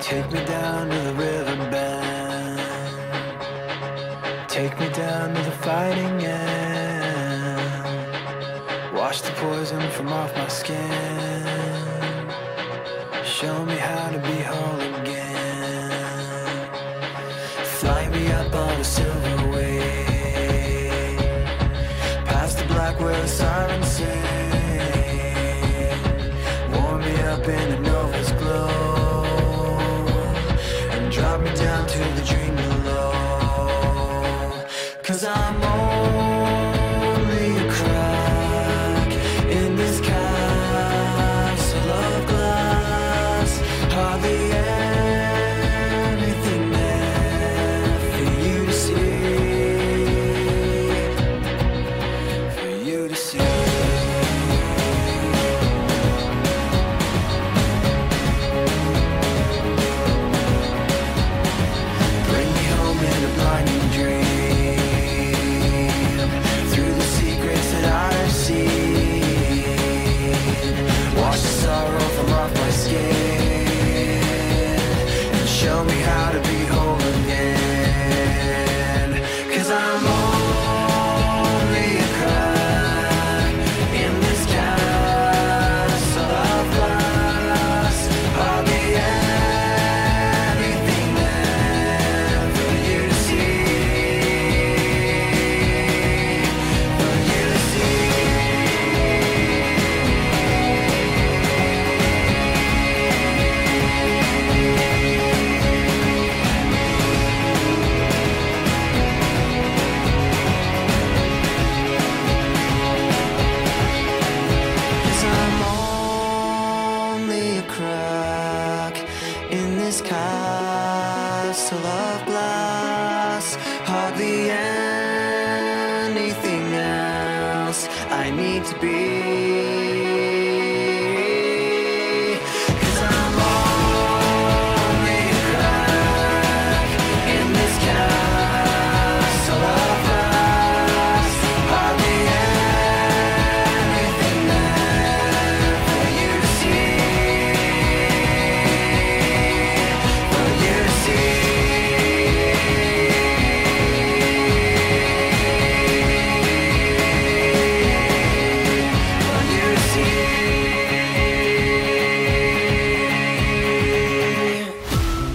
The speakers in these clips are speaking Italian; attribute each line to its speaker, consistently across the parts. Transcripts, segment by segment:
Speaker 1: Take me down to the river bend. Take me down to the fighting end. Wash the poison from off my skin. Show me how to be whole again. Fly me up on a silver wing. Past the black where the sirens sing. Warm me up in the nova's glow. And drop me down to the dream below. Cause I'm only a crack in this castle of glass. Hardly anything there for you to see. For you to see. Bring me home in a blinding dream Through the secrets that I've seen Wash the sorrow from off my skin And show me how to be whole again Cause I'm only a crack In this castle of glass Hardly anything there for you to see For you to see Cause I'm only a crack in this castle of glass. Hardly anything else I need to be. Cause I'm only a crack in this castle of glass. Hardly anything for you to see, for you to see. For you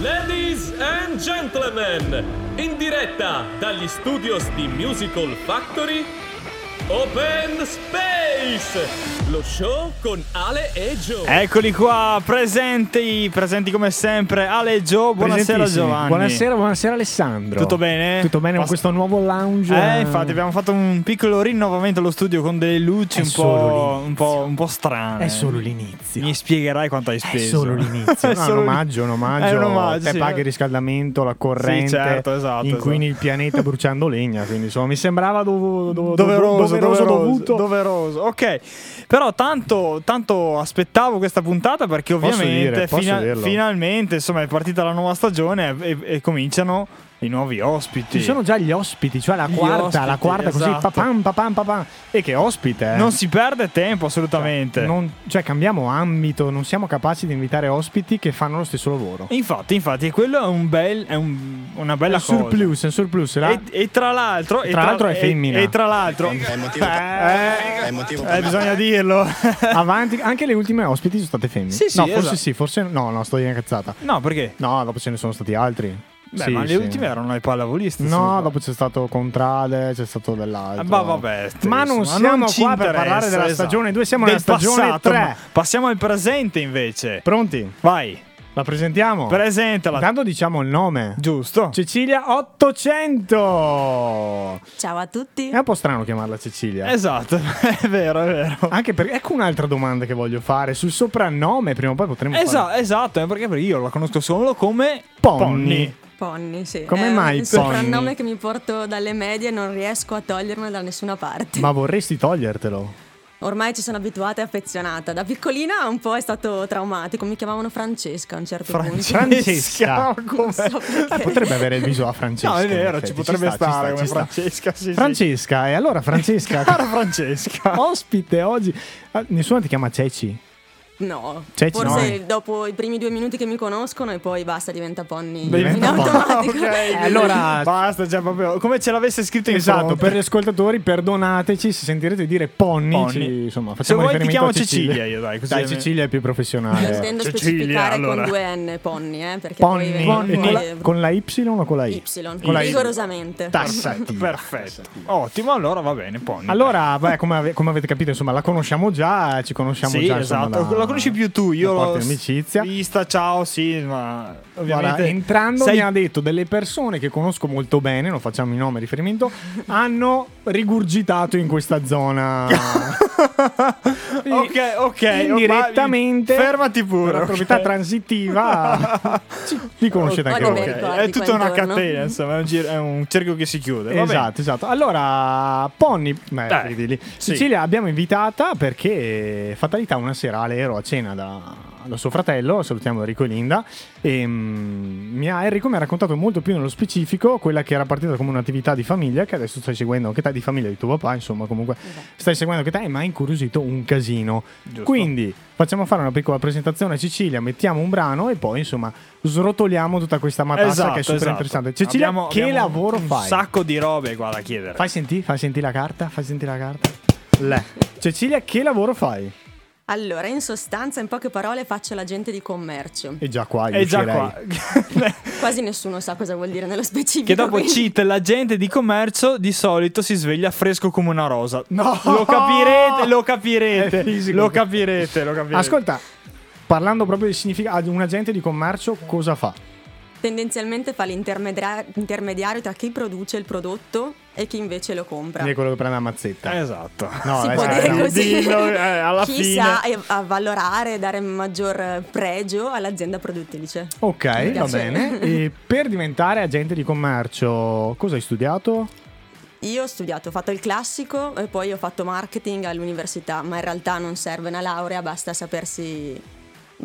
Speaker 1: to see.
Speaker 2: Ladies and gentlemen, in diretta dagli studios di Musical Factory, Open Space, lo show con Ale e Joe.
Speaker 3: Eccoli qua, presenti, presenti come sempre. Ale e Joe, buonasera
Speaker 4: Presentissimi.
Speaker 3: Giovanni.
Speaker 4: Buonasera, buonasera Alessandro.
Speaker 3: Tutto bene?
Speaker 4: Tutto bene con
Speaker 3: Posso-
Speaker 4: questo nuovo lounge.
Speaker 3: Eh, infatti abbiamo fatto un piccolo rinnovamento allo studio con delle luci
Speaker 4: È
Speaker 3: un
Speaker 4: solo
Speaker 3: po',
Speaker 4: l'inizio.
Speaker 3: un, po', un po' strane.
Speaker 4: È solo l'inizio.
Speaker 3: Mi spiegherai quanto hai
Speaker 4: È
Speaker 3: speso.
Speaker 4: solo l'inizio.
Speaker 3: È
Speaker 4: No,
Speaker 3: solo
Speaker 4: un omaggio, un
Speaker 3: l'in-
Speaker 4: omaggio.
Speaker 3: È un omaggio.
Speaker 4: Te
Speaker 3: sì.
Speaker 4: paghi il riscaldamento, la corrente.
Speaker 3: Sì, certo, esatto,
Speaker 4: Inquini
Speaker 3: esatto.
Speaker 4: il pianeta bruciando legna. Quindi insomma, mi sembrava dov- dov- dov-
Speaker 3: Doveroso, doveroso,
Speaker 4: dovuto.
Speaker 3: doveroso. Ok, però tanto, tanto aspettavo questa puntata perché
Speaker 4: Posso
Speaker 3: ovviamente
Speaker 4: dire, posso
Speaker 3: fina-
Speaker 4: dirlo.
Speaker 3: finalmente insomma, è partita la nuova stagione e, e- e cominciano i nuovi ospiti.
Speaker 4: Ci sono già gli ospiti, cioè la
Speaker 3: Gli
Speaker 4: quarta, la
Speaker 3: ospiti,
Speaker 4: quarta così.
Speaker 3: esatto.
Speaker 4: Papam, papam, papam. E che ospite, eh.
Speaker 3: Non si perde tempo assolutamente.
Speaker 4: Non- cioè, cambiamo ambito, non siamo capaci di invitare ospiti che fanno lo stesso lavoro.
Speaker 3: Infatti, infatti, quello è, un bel, è un- una bella
Speaker 4: È
Speaker 3: cosa.
Speaker 4: surplus, è surplus. la-
Speaker 3: E, e tra l'altro, e
Speaker 4: Tra l'altro è femmina.
Speaker 3: E, e tra l'altro,
Speaker 5: È il motivo per-
Speaker 3: Eh,
Speaker 5: è il motivo per
Speaker 3: eh,
Speaker 5: me.
Speaker 3: bisogna dirlo.
Speaker 4: Avanti, anche le ultime ospiti sono state femmine.
Speaker 3: Sì, sì,
Speaker 4: no, forse
Speaker 3: esatto.
Speaker 4: sì, forse no, no, sto dicendo una cazzata.
Speaker 3: no, perché?
Speaker 4: No, dopo ce ne sono stati altri.
Speaker 3: Beh,
Speaker 4: Sì,
Speaker 3: ma le
Speaker 4: sì.
Speaker 3: ultime erano i pallavolisti. se non
Speaker 4: No,
Speaker 3: sbaglio.
Speaker 4: dopo c'è stato Contrade, c'è stato dell'altro.
Speaker 3: Ah, Ma vabbè, stesso,
Speaker 4: Ma non siamo
Speaker 3: non ci
Speaker 4: qua per
Speaker 3: interessa,
Speaker 4: parlare della
Speaker 3: esatto.
Speaker 4: stagione 2, siamo
Speaker 3: Del
Speaker 4: nella stagione
Speaker 3: passato,
Speaker 4: 3.
Speaker 3: ma- Passiamo al presente invece.
Speaker 4: Pronti?
Speaker 3: Vai,
Speaker 4: La presentiamo?
Speaker 3: presentala.
Speaker 4: Intanto diciamo il nome.
Speaker 3: Giusto.
Speaker 4: Cecilia 800.
Speaker 6: Ciao a tutti.
Speaker 4: È un po' strano chiamarla Cecilia.
Speaker 3: Esatto, è vero, è vero.
Speaker 4: Anche perché ecco un'altra domanda che voglio fare sul soprannome, prima o poi potremmo
Speaker 3: Esatto,
Speaker 4: fare.
Speaker 3: esatto, eh, perché io la conosco solo come
Speaker 4: Ponni.
Speaker 6: Ponni, sì.
Speaker 4: Come
Speaker 6: È un-
Speaker 4: mai
Speaker 6: un soprannome
Speaker 4: Ponni?
Speaker 6: che mi porto dalle medie e non riesco a togliermelo da nessuna parte.
Speaker 4: Ma vorresti togliertelo?
Speaker 6: Ormai ci sono abituata e affezionata. Da piccolina un po' è stato traumatico. Mi chiamavano Francesca a un certo
Speaker 3: Francesca. Come?
Speaker 4: Francesca.
Speaker 6: punto. Non so perché.
Speaker 4: Eh, potrebbe avere il viso a Francesca.
Speaker 3: No, è
Speaker 4: in
Speaker 3: vero,
Speaker 4: effetti.
Speaker 3: ci potrebbe
Speaker 4: sta,
Speaker 3: stare
Speaker 4: sta,
Speaker 3: come
Speaker 4: sta.
Speaker 3: Francesca. Sì, sì.
Speaker 4: Francesca, e allora Francesca,
Speaker 3: Cara Francesca.
Speaker 4: ospite oggi. Ah, Nessuno ti chiama Ceci?
Speaker 6: No,
Speaker 4: Cioè, ci-
Speaker 6: forse
Speaker 4: no.
Speaker 6: dopo i primi due minuti che mi conoscono e poi basta, diventa Ponni
Speaker 4: Diventa
Speaker 6: in
Speaker 4: Ponni.
Speaker 6: automatico. Eh,
Speaker 3: ok,
Speaker 4: allora-
Speaker 3: Ah, basta, già proprio come ce l'avesse scritto in
Speaker 4: Ah, Esatto,
Speaker 3: fronte.
Speaker 4: per gli ascoltatori perdonateci se sentirete dire ponni,
Speaker 3: Ponni.
Speaker 4: ci- insomma,
Speaker 3: Se
Speaker 4: facciamo
Speaker 3: vuoi ti
Speaker 4: riferimento
Speaker 3: chiamo
Speaker 4: a Cecilia.
Speaker 3: Cecilia io, dai, così almeno-
Speaker 4: Cecilia è più
Speaker 6: Lo
Speaker 4: professionale.
Speaker 6: intendo
Speaker 3: Cecilia,
Speaker 6: specificare
Speaker 3: allora.
Speaker 6: con due N, Ponni, eh, perché
Speaker 4: eh, Ponni,
Speaker 6: poi
Speaker 4: Ponni.
Speaker 6: vengono
Speaker 4: Con,
Speaker 6: fuori
Speaker 4: la, con la Y o con la I?
Speaker 6: Y,
Speaker 4: Con la I.
Speaker 6: rigorosamente.
Speaker 4: Tassativa.
Speaker 3: Perfetto. Ottimo, allora va bene, Pony.
Speaker 4: Allora, beh, come, ave- come avete capito, insomma, la conosciamo già, ci conosciamo
Speaker 3: sì,
Speaker 4: già.
Speaker 3: esatto.
Speaker 4: insomma, da-
Speaker 3: la conosci più tu, io
Speaker 4: da
Speaker 3: l'ho
Speaker 4: porte di amicizia.
Speaker 3: Vista, ciao, sì, ma
Speaker 4: Guarda,
Speaker 3: ovviamente
Speaker 4: entrando
Speaker 3: sei-
Speaker 4: mi ha detto delle persone che conosco molto bene, non facciamo i nomi riferimento, hanno rigurgitato in questa zona.
Speaker 3: Ok, ok,
Speaker 4: Indirettamente,
Speaker 3: ma- fermati pure.
Speaker 4: per la
Speaker 3: ok.
Speaker 4: proprietà transitiva ci- li conoscete
Speaker 6: Ok,
Speaker 4: anche
Speaker 6: vabbè,
Speaker 4: voi.
Speaker 6: ricordi qua
Speaker 3: È tutta una
Speaker 6: intorno.
Speaker 3: catena, insomma, è un, gir- è un cerchio che si chiude. va bene.
Speaker 4: Esatto, esatto. Allora, Ponni, beh,
Speaker 3: Dai,
Speaker 4: ridili.
Speaker 3: sì.
Speaker 4: Cecilia l'abbiamo invitata perché eh, fatalità una sera ero a cena da, da suo fratello, salutiamo Enrico e Linda, e mm, mi ha, Enrico mi ha raccontato molto più nello specifico quella che era partita come un'attività di famiglia, che adesso stai seguendo anche te, di famiglia di tuo papà, insomma comunque stai seguendo anche te, ma ha incuriosito un casino.
Speaker 3: Giusto.
Speaker 4: Quindi facciamo fare una piccola presentazione a Cecilia, mettiamo un brano e poi insomma srotoliamo tutta questa matassa
Speaker 3: Esatto,
Speaker 4: che è super
Speaker 3: esatto.
Speaker 4: interessante. Cecilia,
Speaker 3: Abbiamo-
Speaker 4: che
Speaker 3: abbiamo
Speaker 4: lavoro
Speaker 3: un
Speaker 4: fai?
Speaker 3: sacco di robe qua da chiedere.
Speaker 4: Fai sentire, fai sentire la carta, fai sentire la carta. Le. Cecilia, che lavoro fai?
Speaker 6: Allora, in sostanza, in poche parole, faccio l'agente di commercio.
Speaker 4: È già qua, io
Speaker 3: è Eh, già
Speaker 4: uscirei.
Speaker 3: qua.
Speaker 6: Quasi nessuno sa cosa vuol dire nello specifico.
Speaker 3: che dopo
Speaker 6: quindi-
Speaker 3: cheat l'agente di commercio di solito si sveglia fresco come una rosa. No! Lo capirete, lo
Speaker 4: È
Speaker 3: capirete.
Speaker 4: fisico.
Speaker 3: Lo capirete, lo capirete.
Speaker 4: Ascolta, parlando proprio di significato, un agente di commercio cosa fa?
Speaker 6: Tendenzialmente fa l'intermedia- intermediario tra chi produce il prodotto e chi invece lo compra.
Speaker 4: Non è quello che prende la mazzetta.
Speaker 3: Esatto.
Speaker 4: No,
Speaker 6: si
Speaker 4: eh,
Speaker 6: può
Speaker 4: sì,
Speaker 6: dire
Speaker 4: no.
Speaker 6: così.
Speaker 3: dillo, eh, alla
Speaker 6: chi
Speaker 3: fine.
Speaker 6: sa eh, avvalorare, dare maggior eh, pregio all'azienda produttrice. Mi
Speaker 4: Ok, va
Speaker 6: piace.
Speaker 4: bene. E per diventare agente di commercio, cosa hai studiato?
Speaker 6: Io ho studiato, ho fatto il classico e poi ho fatto marketing all'università, ma in realtà non serve una laurea, basta sapersi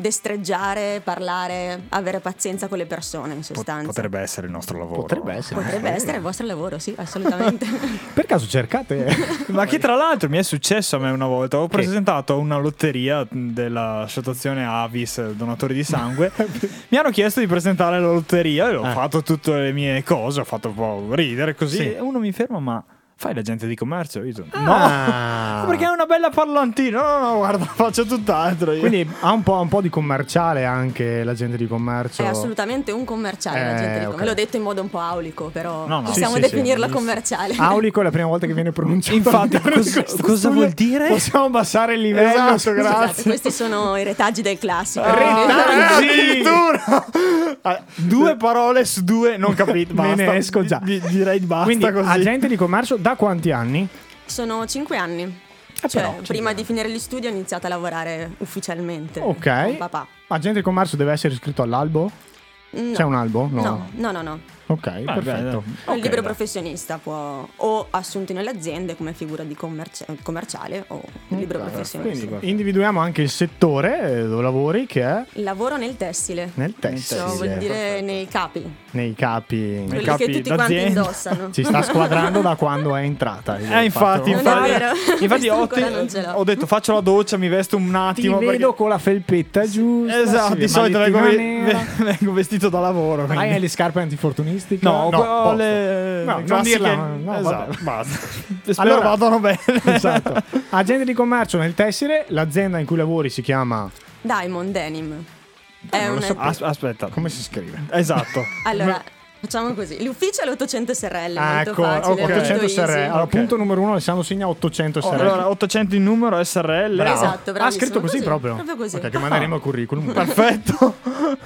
Speaker 6: destreggiare, parlare, avere pazienza con le persone in
Speaker 3: Pot-
Speaker 6: sostanza.
Speaker 3: potrebbe essere il nostro lavoro.
Speaker 4: Potrebbe
Speaker 6: Oh.
Speaker 4: essere.
Speaker 6: Potrebbe essere il vostro lavoro, sì, assolutamente.
Speaker 4: Per caso cercate.
Speaker 3: Ma che tra l'altro mi è successo a me una volta, ho presentato una lotteria dell'associazione Avis Donatori di Sangue, mi hanno chiesto di presentare la lotteria, e ho
Speaker 4: Ah.
Speaker 3: fatto tutte le mie cose, ho fatto un po' ridere così,
Speaker 4: Sì.
Speaker 3: e uno mi ferma ma fai l'agente di commercio? Io dico,
Speaker 4: Ah.
Speaker 3: no, perché è una bella parlantina, no no no guarda faccio tutt'altro io.
Speaker 4: Quindi ha un po', un po' di commerciale anche l'agente di commercio.
Speaker 6: È assolutamente un commerciale, la
Speaker 4: Cioè, Eh,
Speaker 6: gente dico.
Speaker 4: ok.
Speaker 6: Me l'ho detto in modo un po' aulico, però
Speaker 3: No, no,
Speaker 6: possiamo
Speaker 4: sì, Ah, sì, sì,
Speaker 6: definirlo
Speaker 4: sì.
Speaker 6: commerciale.
Speaker 4: Aulico è la prima volta che viene pronunciato.
Speaker 3: Infatti,
Speaker 4: all'interno di
Speaker 3: cos-
Speaker 4: questo
Speaker 3: cosa
Speaker 4: studio.
Speaker 3: vuol dire?
Speaker 4: Possiamo abbassare il livello.
Speaker 3: Esatto,
Speaker 4: scusa.
Speaker 6: Scusate, questi sono i retaggi del classico. Eh,
Speaker 3: Ah,
Speaker 4: Retaggi!
Speaker 3: addirittura! Ah, due parole su due non capito
Speaker 4: Me
Speaker 3: basta.
Speaker 4: ne esco già.
Speaker 3: Di- direi basta
Speaker 4: Quindi,
Speaker 3: così
Speaker 4: agente di commercio da quanti anni?
Speaker 6: Sono cinque anni. cioè,
Speaker 4: Eh, però, cinque
Speaker 6: prima
Speaker 4: anni.
Speaker 6: di finire gli studi ho iniziato a lavorare ufficialmente
Speaker 4: Ok.
Speaker 6: Eh, con papà.
Speaker 4: Agente di commercio deve essere iscritto all'albo?
Speaker 6: No.
Speaker 4: C'è un albo? No.
Speaker 6: No, no, no, no.
Speaker 4: Ok,
Speaker 3: Beh,
Speaker 4: perfetto.
Speaker 3: beh,
Speaker 6: È
Speaker 3: ok,
Speaker 6: un libero
Speaker 3: dai.
Speaker 6: professionista può o assunto nelle aziende come figura di commerci- commerciale o libero professionista.
Speaker 4: Quindi individuiamo anche il settore eh, dove lavori che è
Speaker 6: Lavoro nel tessile.
Speaker 4: nel
Speaker 6: Cioè,
Speaker 4: tessile,
Speaker 6: vuol dire nei capi,
Speaker 4: nei
Speaker 3: Nei
Speaker 4: capi.
Speaker 6: quelli
Speaker 3: capi
Speaker 6: che tutti quanti
Speaker 3: d'azienda.
Speaker 6: indossano.
Speaker 4: Ci sta squadrando da quando è entrata.
Speaker 3: Eh, infatti,
Speaker 6: Non è
Speaker 3: infatti,
Speaker 6: vero.
Speaker 3: infatti
Speaker 6: Questo
Speaker 3: ho,
Speaker 6: ancora
Speaker 3: te-
Speaker 6: non ce l'ho.
Speaker 3: ho detto faccio la doccia, mi vesto un
Speaker 4: Ti
Speaker 3: attimo.
Speaker 4: vedo
Speaker 3: perché-
Speaker 4: con la felpetta giusta.
Speaker 3: Esatto,
Speaker 4: sì,
Speaker 3: di solito vengo,
Speaker 4: magliettina
Speaker 3: ve-
Speaker 4: nera.
Speaker 3: ve- vengo vestito da lavoro.
Speaker 4: Hai
Speaker 3: quindi-
Speaker 4: le scarpe antifortunistiche?
Speaker 3: No, ho ho
Speaker 4: posto.
Speaker 3: le... le
Speaker 4: No, non
Speaker 3: classiche-
Speaker 4: dirla, no,
Speaker 3: esatto,
Speaker 4: vabbè.
Speaker 3: basta. Spero
Speaker 4: Allora-
Speaker 3: vadano bene.
Speaker 4: Esatto. Agente di commercio nel tessile, l'azienda in cui lavori si chiama...
Speaker 6: Diamond Denim. È un...
Speaker 3: As- aspetta.
Speaker 4: Come si scrive?
Speaker 6: Eh,
Speaker 3: Esatto.
Speaker 6: Allora, facciamo così. L'ufficio è l'800 SRL,
Speaker 4: Ah,
Speaker 6: molto
Speaker 4: ecco,
Speaker 6: facile.
Speaker 4: ok. 800
Speaker 6: molto
Speaker 4: SRL.
Speaker 6: easy.
Speaker 4: Allora,
Speaker 3: Ok.
Speaker 4: punto numero uno, Alessandro segna 800 SRL.
Speaker 3: Allora, 800 in numero, SRL.
Speaker 4: Bravo.
Speaker 6: Esatto,
Speaker 4: Ha
Speaker 6: bravissimo.
Speaker 4: scritto così,
Speaker 6: Così, Ah.
Speaker 4: proprio?
Speaker 6: proprio così.
Speaker 4: Ok, che manderemo il curriculum.
Speaker 3: Perfetto.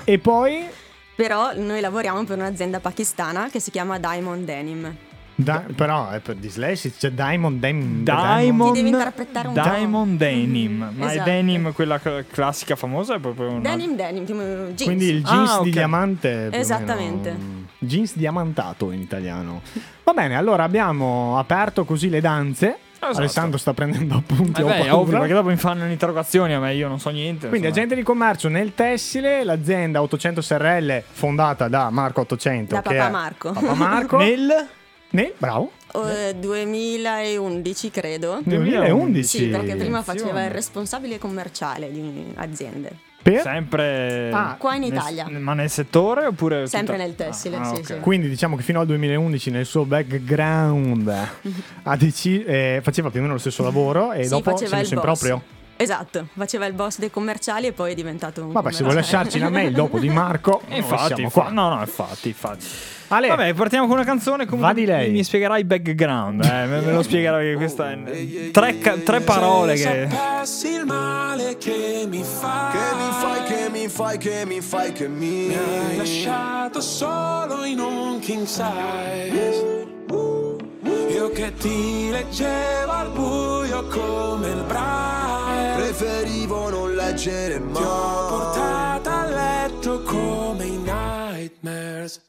Speaker 4: e poi...
Speaker 6: Però noi lavoriamo per un'azienda pakistana che si chiama Diamond Denim.
Speaker 4: da- però è per dislessi, c'è Diamond Dem-
Speaker 3: Diamond,
Speaker 6: devi interpretare un po'.
Speaker 3: Diamond Denim. Ma
Speaker 6: Esatto.
Speaker 3: è Denim quella cl- classica famosa? È proprio una...
Speaker 6: Denim, denim, tipo jeans.
Speaker 4: Quindi il jeans
Speaker 3: Ah, ok.
Speaker 4: di diamante. più o
Speaker 6: Esattamente.
Speaker 4: meno. Jeans diamantato in italiano. Va bene, allora abbiamo aperto così le danze.
Speaker 3: Esatto.
Speaker 4: Alessandro sta prendendo appunti.
Speaker 3: Eh
Speaker 4: ho
Speaker 3: beh, è
Speaker 4: paura.
Speaker 3: ovvio, perché dopo mi fanno le interrogazioni a me, io non so niente.
Speaker 4: Quindi
Speaker 3: insomma.
Speaker 4: agente di commercio nel tessile, l'azienda 800 SRL fondata da Marco 800
Speaker 6: Da
Speaker 4: che
Speaker 6: papà
Speaker 4: è
Speaker 6: Marco.
Speaker 4: Papà Marco
Speaker 3: Nel
Speaker 4: Ne, bravo.
Speaker 6: Eh, 2011 credo.
Speaker 4: 2011.
Speaker 6: Sì, perché prima
Speaker 3: attenzione.
Speaker 6: faceva il responsabile commerciale di aziende.
Speaker 4: Per-
Speaker 3: Sempre
Speaker 4: Ah,
Speaker 6: qua in
Speaker 3: nel-
Speaker 6: Italia.
Speaker 3: ma nel settore oppure
Speaker 6: Sempre
Speaker 3: tutta- Ah,
Speaker 6: nel tessile, sì,
Speaker 3: ok.
Speaker 6: sì.
Speaker 4: Quindi diciamo che fino al 2011 nel suo background ha deci- eh, faceva più o meno lo stesso lavoro e
Speaker 6: Sì,
Speaker 4: dopo si è
Speaker 6: faceva il
Speaker 4: messo in
Speaker 6: boss.
Speaker 4: proprio.
Speaker 6: Esatto, faceva il boss dei commerciali e poi è diventato un
Speaker 4: Vabbè, se vuoi
Speaker 6: commerciale.
Speaker 4: lasciarci la mail dopo di Marco,
Speaker 3: E
Speaker 4: noi
Speaker 3: infatti,
Speaker 4: siamo
Speaker 3: infa-
Speaker 4: qua.
Speaker 3: no, no, infatti, infatti.
Speaker 4: Ale,
Speaker 3: Vabbè, partiamo con una canzone. Comunque
Speaker 4: Va di lei.
Speaker 3: Mi spiegherai il background. Eh, me me lo spiegherai. Che questa è tre, ca- tre parole che.
Speaker 1: Sapessi il male che mi fai
Speaker 7: Che mi fai, che mi fai, che mi fai, che mi
Speaker 1: Mi hai
Speaker 7: hai
Speaker 1: lasciato solo in un king size Io che ti leggevo al buio come il braille
Speaker 7: Preferivo non leggere
Speaker 1: Ti ho
Speaker 7: mai
Speaker 1: portato a letto come i nightmares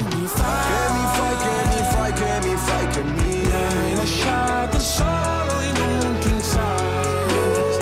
Speaker 1: fai,
Speaker 7: Che mi fai, che mi fai, che mi fai, che mi
Speaker 1: mi hai lasciato solo in un king size.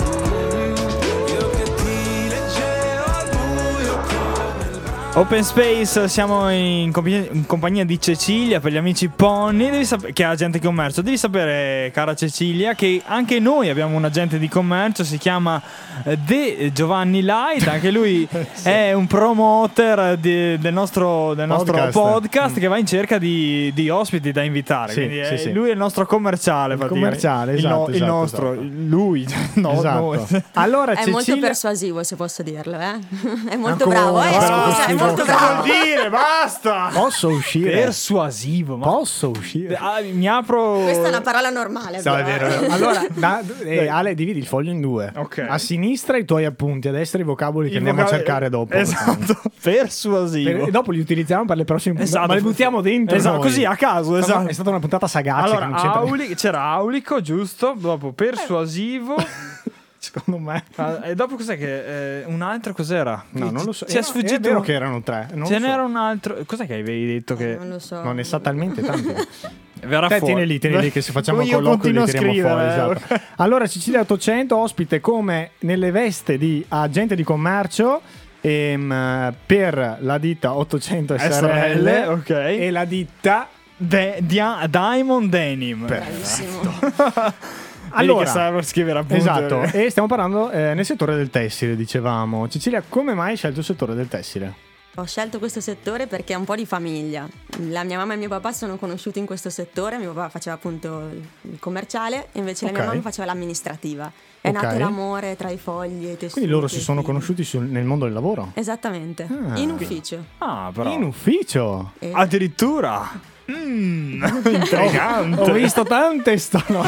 Speaker 1: Io che ti leggevo al buio come il
Speaker 3: Open Space, siamo in, compi- in compagnia di Cecilia per gli amici Pony, devi sap- che è agente di commercio. Devi sapere, cara Cecilia, che anche noi abbiamo un agente di commercio, si chiama eh, De Giovanni Light, anche lui è un promoter di- del nostro, del nostro
Speaker 4: Podcast.
Speaker 3: podcast, che va in cerca di, di ospiti da invitare.
Speaker 4: Sì,
Speaker 3: Quindi,
Speaker 4: sì,
Speaker 3: eh,
Speaker 4: sì.
Speaker 3: Lui è il nostro commerciale, praticamente.
Speaker 4: commerciale,
Speaker 3: il,
Speaker 4: esatto,
Speaker 3: il
Speaker 4: esatto,
Speaker 3: nostro,
Speaker 4: esatto.
Speaker 3: lui, no, noi.
Speaker 4: esatto. Allora,
Speaker 6: È molto
Speaker 4: Cecilia-
Speaker 6: persuasivo, se posso dirlo, eh. È
Speaker 4: Ancora,
Speaker 6: molto bravo, eh,
Speaker 4: bravo,
Speaker 6: scusa, è
Speaker 4: bravo.
Speaker 6: molto
Speaker 4: Cosa
Speaker 6: bravo.
Speaker 3: vuol dire? Basta!
Speaker 4: Posso uscire?
Speaker 3: Persuasivo, ma
Speaker 4: Posso uscire?
Speaker 3: Ah, mi apro.
Speaker 6: Questa è una parola normale.
Speaker 4: No,
Speaker 6: però,
Speaker 4: è vero, è
Speaker 6: eh.
Speaker 4: vero. Allora, da- eh, Ale, dividi il foglio in due.
Speaker 3: Ok.
Speaker 4: A sinistra i tuoi appunti, a destra i vocaboli che andiamo a
Speaker 3: vocale-
Speaker 4: cercare dopo.
Speaker 3: Esatto,
Speaker 4: Per-
Speaker 3: persuasivo.
Speaker 4: e dopo li utilizziamo per le prossime puntate.
Speaker 3: Esatto.
Speaker 4: Ma li buttiamo dentro.
Speaker 3: Esatto,
Speaker 4: noi.
Speaker 3: così, a caso,
Speaker 4: È stata-
Speaker 3: esatto.
Speaker 4: È stata una puntata sagace. che
Speaker 3: allora,
Speaker 4: non c'entra-
Speaker 3: Auli- c'era Aulico, giusto? Dopo persuasivo.
Speaker 4: Eh. secondo me.
Speaker 3: Ah, e dopo cos'è che. eh, un altro cos'era?
Speaker 4: No, non lo so.
Speaker 3: Ci è
Speaker 4: Era-
Speaker 3: sfuggito.
Speaker 4: È vero che erano tre. Non
Speaker 3: Ce
Speaker 4: lo so.
Speaker 3: n'era un altro. Cos'è che avevi detto che.
Speaker 6: Non lo so.
Speaker 4: Non ne sa talmente tanti.
Speaker 3: Verrà
Speaker 4: Te
Speaker 3: fuori.
Speaker 4: tieni lì, tieni lì che se facciamo un
Speaker 3: Io
Speaker 4: colloquio
Speaker 3: continuo
Speaker 4: li
Speaker 3: a
Speaker 4: tiriamo
Speaker 3: scrivere. eh,
Speaker 4: fuori. esatto. Allora Cecilia 800 ospite come nelle veste di agente di commercio Ehm, eh, per la ditta 800 SRL,
Speaker 3: SRL, ok.
Speaker 4: e la ditta
Speaker 3: De- dia- Diamond Denim.
Speaker 6: Bellissimo.
Speaker 3: Allora,
Speaker 4: Allora-
Speaker 3: che serve scrivere appunto.
Speaker 4: Esatto, e stiamo parlando eh, nel settore del tessile, dicevamo. Cecilia, come mai hai scelto il settore del tessile?
Speaker 6: Ho scelto questo settore perché è un po' di famiglia. La mia mamma e mio papà sono conosciuti in questo settore, mio papà faceva appunto il- il commerciale e invece la
Speaker 4: Ok.
Speaker 6: mia mamma faceva l'amministrativa. È
Speaker 4: Ok.
Speaker 6: nato l'amore tra i fogli e i tessuti.
Speaker 4: Quindi loro si
Speaker 6: e i
Speaker 4: sono
Speaker 6: fili.
Speaker 4: conosciuti sul- nel mondo del lavoro?
Speaker 6: Esattamente,
Speaker 4: Ah.
Speaker 6: in ufficio.
Speaker 3: Ah, però.
Speaker 4: In ufficio!
Speaker 6: E-
Speaker 3: Addirittura. Mm, intrigante.
Speaker 4: Ho visto tante storie. No,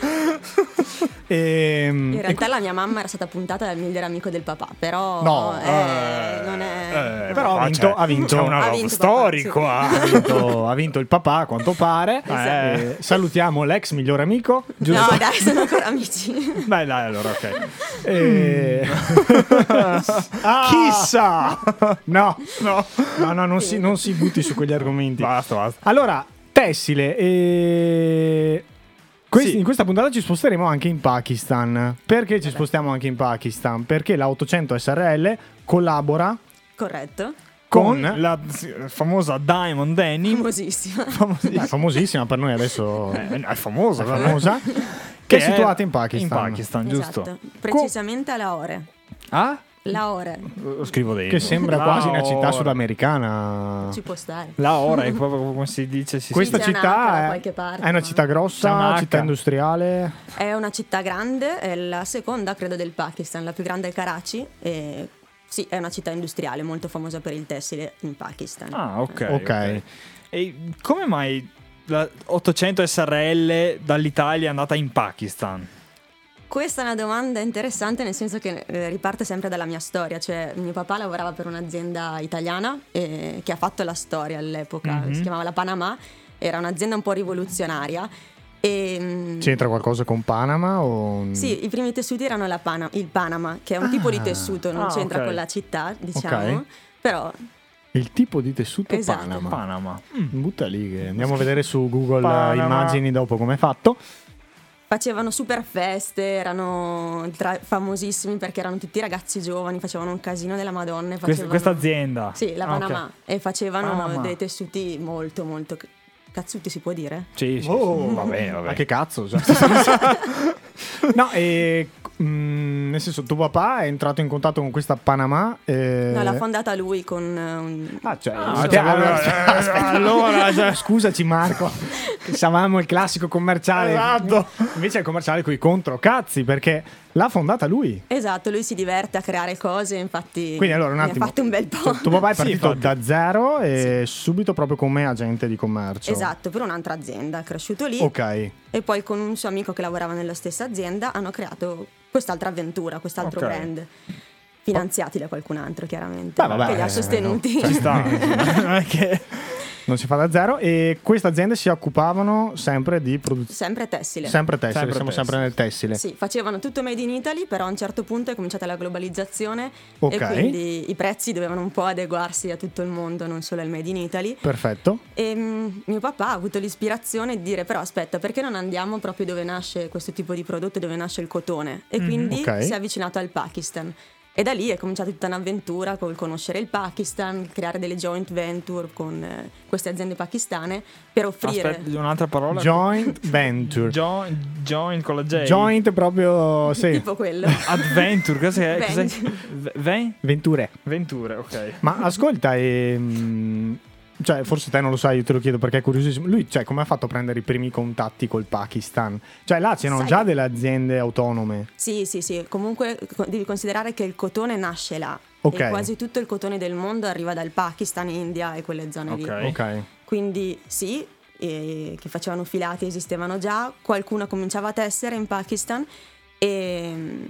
Speaker 4: scher- Ehm,
Speaker 6: In
Speaker 4: e
Speaker 6: realtà la mia mamma era stata puntata dal migliore amico del papà, però
Speaker 4: No,
Speaker 6: eh, non è...
Speaker 3: Eh,
Speaker 6: no.
Speaker 3: però
Speaker 4: Ha
Speaker 3: ha
Speaker 4: vinto-
Speaker 3: vinto,
Speaker 4: ha ah. vinto.
Speaker 3: C'è una
Speaker 6: Ha
Speaker 3: roba
Speaker 6: vinto,
Speaker 3: storica
Speaker 6: papà,
Speaker 4: ha vinto, ha vinto il papà, a quanto pare.
Speaker 3: Esatto.
Speaker 4: Eh, salutiamo l'ex miglior amico. Giusto?
Speaker 6: No, dai, sono ancora amici.
Speaker 3: Beh, dai, allora, ok.
Speaker 4: Eh, Ah!
Speaker 3: Chissà!
Speaker 4: no, no, no, no, non, si, non si butti su quegli argomenti.
Speaker 3: Basta, basta.
Speaker 4: Allora, tessile. eh, quest-
Speaker 3: Sì.
Speaker 4: In questa puntata ci sposteremo anche in Pakistan. Perché ci spostiamo anche in Pakistan? Perché la 800 SRL collabora
Speaker 6: Corretto,
Speaker 3: Con,
Speaker 4: con
Speaker 3: la z- famosa Diamond Denim.
Speaker 6: famosissima.
Speaker 4: Sì, è famosissima per noi adesso
Speaker 3: Eh, è famosa,
Speaker 4: è
Speaker 3: però.
Speaker 4: famosa che è situata in Pakistan,
Speaker 3: In Pakistan, giusto.
Speaker 6: Esatto, precisamente a Lahore.
Speaker 3: Ah?
Speaker 6: Lahore,
Speaker 3: Lo scrivo dentro.
Speaker 4: che sembra
Speaker 3: La
Speaker 4: quasi una città
Speaker 3: ora.
Speaker 4: sudamericama
Speaker 6: ci può stare.
Speaker 3: La ora è proprio come si dice. Si
Speaker 4: questa
Speaker 6: c'è una H da
Speaker 4: città è,
Speaker 6: qualche parte,
Speaker 4: è una
Speaker 6: ma-
Speaker 4: città
Speaker 3: C'è
Speaker 4: grossa
Speaker 3: una
Speaker 4: una
Speaker 3: H.
Speaker 4: città industriale
Speaker 6: È una città grande, è la seconda credo del Pakistan, la più grande è Karachi e sì, è una città industriale molto famosa per il tessile in Pakistan.
Speaker 3: Ah, ok.
Speaker 4: Ok.
Speaker 3: ok. E come mai la 800 SRL dall'Italia è andata in Pakistan?
Speaker 6: Questa è una domanda interessante nel senso che eh, riparte sempre dalla mia storia, cioè mio papà lavorava per un'azienda italiana eh, che ha fatto la storia all'epoca,
Speaker 3: Mhm.
Speaker 6: si chiamava la Panama, era un'azienda un po' rivoluzionaria e mm,
Speaker 4: c'entra qualcosa con Panama o
Speaker 6: Sì, i primi tessuti erano la Pana- il Panama, che è un tipo di
Speaker 4: Ah.
Speaker 6: tessuto, non
Speaker 3: Ah,
Speaker 6: c'entra
Speaker 3: ok.
Speaker 6: con la città, diciamo.
Speaker 4: Ok.
Speaker 6: Però
Speaker 4: il tipo di tessuto
Speaker 6: Esatto.
Speaker 4: Panama
Speaker 3: Panama.
Speaker 4: butta lì che andiamo a vedere su Google eh,
Speaker 3: Mm. Panama.
Speaker 4: immagini dopo come è fatto
Speaker 6: facevano super feste, erano tra- famosissimi perché erano tutti ragazzi giovani, facevano un casino della Madonna. e
Speaker 3: Questa,
Speaker 6: Facevano...
Speaker 3: questa azienda.
Speaker 6: Sì, la
Speaker 3: Ah, ok.
Speaker 6: Panama. E facevano
Speaker 3: Panama.
Speaker 6: dei tessuti molto, molto... c- Cazzuti si può dire?
Speaker 3: Sì, sì,
Speaker 4: Oh.
Speaker 3: sì. Vabbè, vabbè.
Speaker 4: ma che cazzo cioè. no e mm, nel senso tuo papà è entrato in contatto con questa Panama eh,
Speaker 6: No, l'ha fondata lui con eh, un...
Speaker 4: Ah, cioè,
Speaker 3: Ah,
Speaker 4: cioè,
Speaker 3: cioè,
Speaker 4: allora,
Speaker 3: allora, eh, allora, cioè-
Speaker 4: scusaci Marco, pensavamo il classico commerciale.
Speaker 3: Esatto.
Speaker 4: Invece è il commerciale qui contro, cazzi, perché l'ha fondata lui.
Speaker 6: Esatto, lui si diverte a creare cose, infatti...
Speaker 4: Quindi allora un
Speaker 6: ne ha
Speaker 4: attimo.
Speaker 6: fatto un bel po'.
Speaker 4: Cioè, tuo papà è
Speaker 3: Sì,
Speaker 4: partito
Speaker 3: infatti.
Speaker 4: da zero e subito proprio come agente di commercio.
Speaker 6: Esatto, per un'altra azienda, è cresciuto lì.
Speaker 4: Ok.
Speaker 6: E poi con un suo amico che lavorava nella stessa azienda hanno creato quest'altra avventura, quest'altro
Speaker 3: Ok.
Speaker 6: brand. Finanziati da qualcun altro, chiaramente.
Speaker 4: Beh, vabbè,
Speaker 6: che li ha
Speaker 4: eh,
Speaker 6: sostenuti.
Speaker 3: Ci sta. non è che...
Speaker 4: Non si fa da zero e queste aziende si occupavano sempre di produzione.
Speaker 6: Sempre tessile.
Speaker 4: Sempre tessile,
Speaker 3: Sempre
Speaker 4: siamo
Speaker 3: tessile.
Speaker 4: sempre nel tessile.
Speaker 6: Sì, facevano tutto made in Italy, però a un certo punto è cominciata la globalizzazione
Speaker 4: Ok.
Speaker 6: e quindi i prezzi dovevano un po' adeguarsi a tutto il mondo, non solo al made in Italy.
Speaker 4: Perfetto.
Speaker 6: E mm, mio papà ha avuto l'ispirazione di dire però aspetta perché non andiamo proprio dove nasce questo tipo di prodotto, dove nasce il cotone e quindi
Speaker 4: ok.
Speaker 6: si è avvicinato al Pakistan e da lì è cominciata tutta un'avventura col conoscere il Pakistan, creare delle joint venture con eh, queste aziende pakistane per offrire...
Speaker 3: Aspetta, un'altra parola.
Speaker 4: Joint venture.
Speaker 3: Join, join con la J.
Speaker 4: Joint proprio, sì.
Speaker 6: Tipo quello.
Speaker 3: Adventure, cos'è? cos'è?
Speaker 6: Venture.
Speaker 3: V- ven-
Speaker 4: Venture.
Speaker 3: Venture, ok.
Speaker 4: Ma ascolta, ehm, cioè, forse te non lo sai, io te lo chiedo perché è curiosissimo. Lui, cioè, come ha fatto a prendere i primi contatti col Pakistan? Cioè, là c'erano
Speaker 6: Sai-
Speaker 4: già delle aziende autonome.
Speaker 6: Sì, sì, sì, comunque co- devi considerare che il cotone nasce là.
Speaker 4: Ok.
Speaker 6: E quasi tutto il cotone del mondo arriva dal Pakistan, India e quelle zone lì.
Speaker 3: Ok.
Speaker 4: Ok.
Speaker 6: Quindi sì, eh, che facevano filati esistevano già, qualcuno cominciava a tessere in Pakistan e... mm,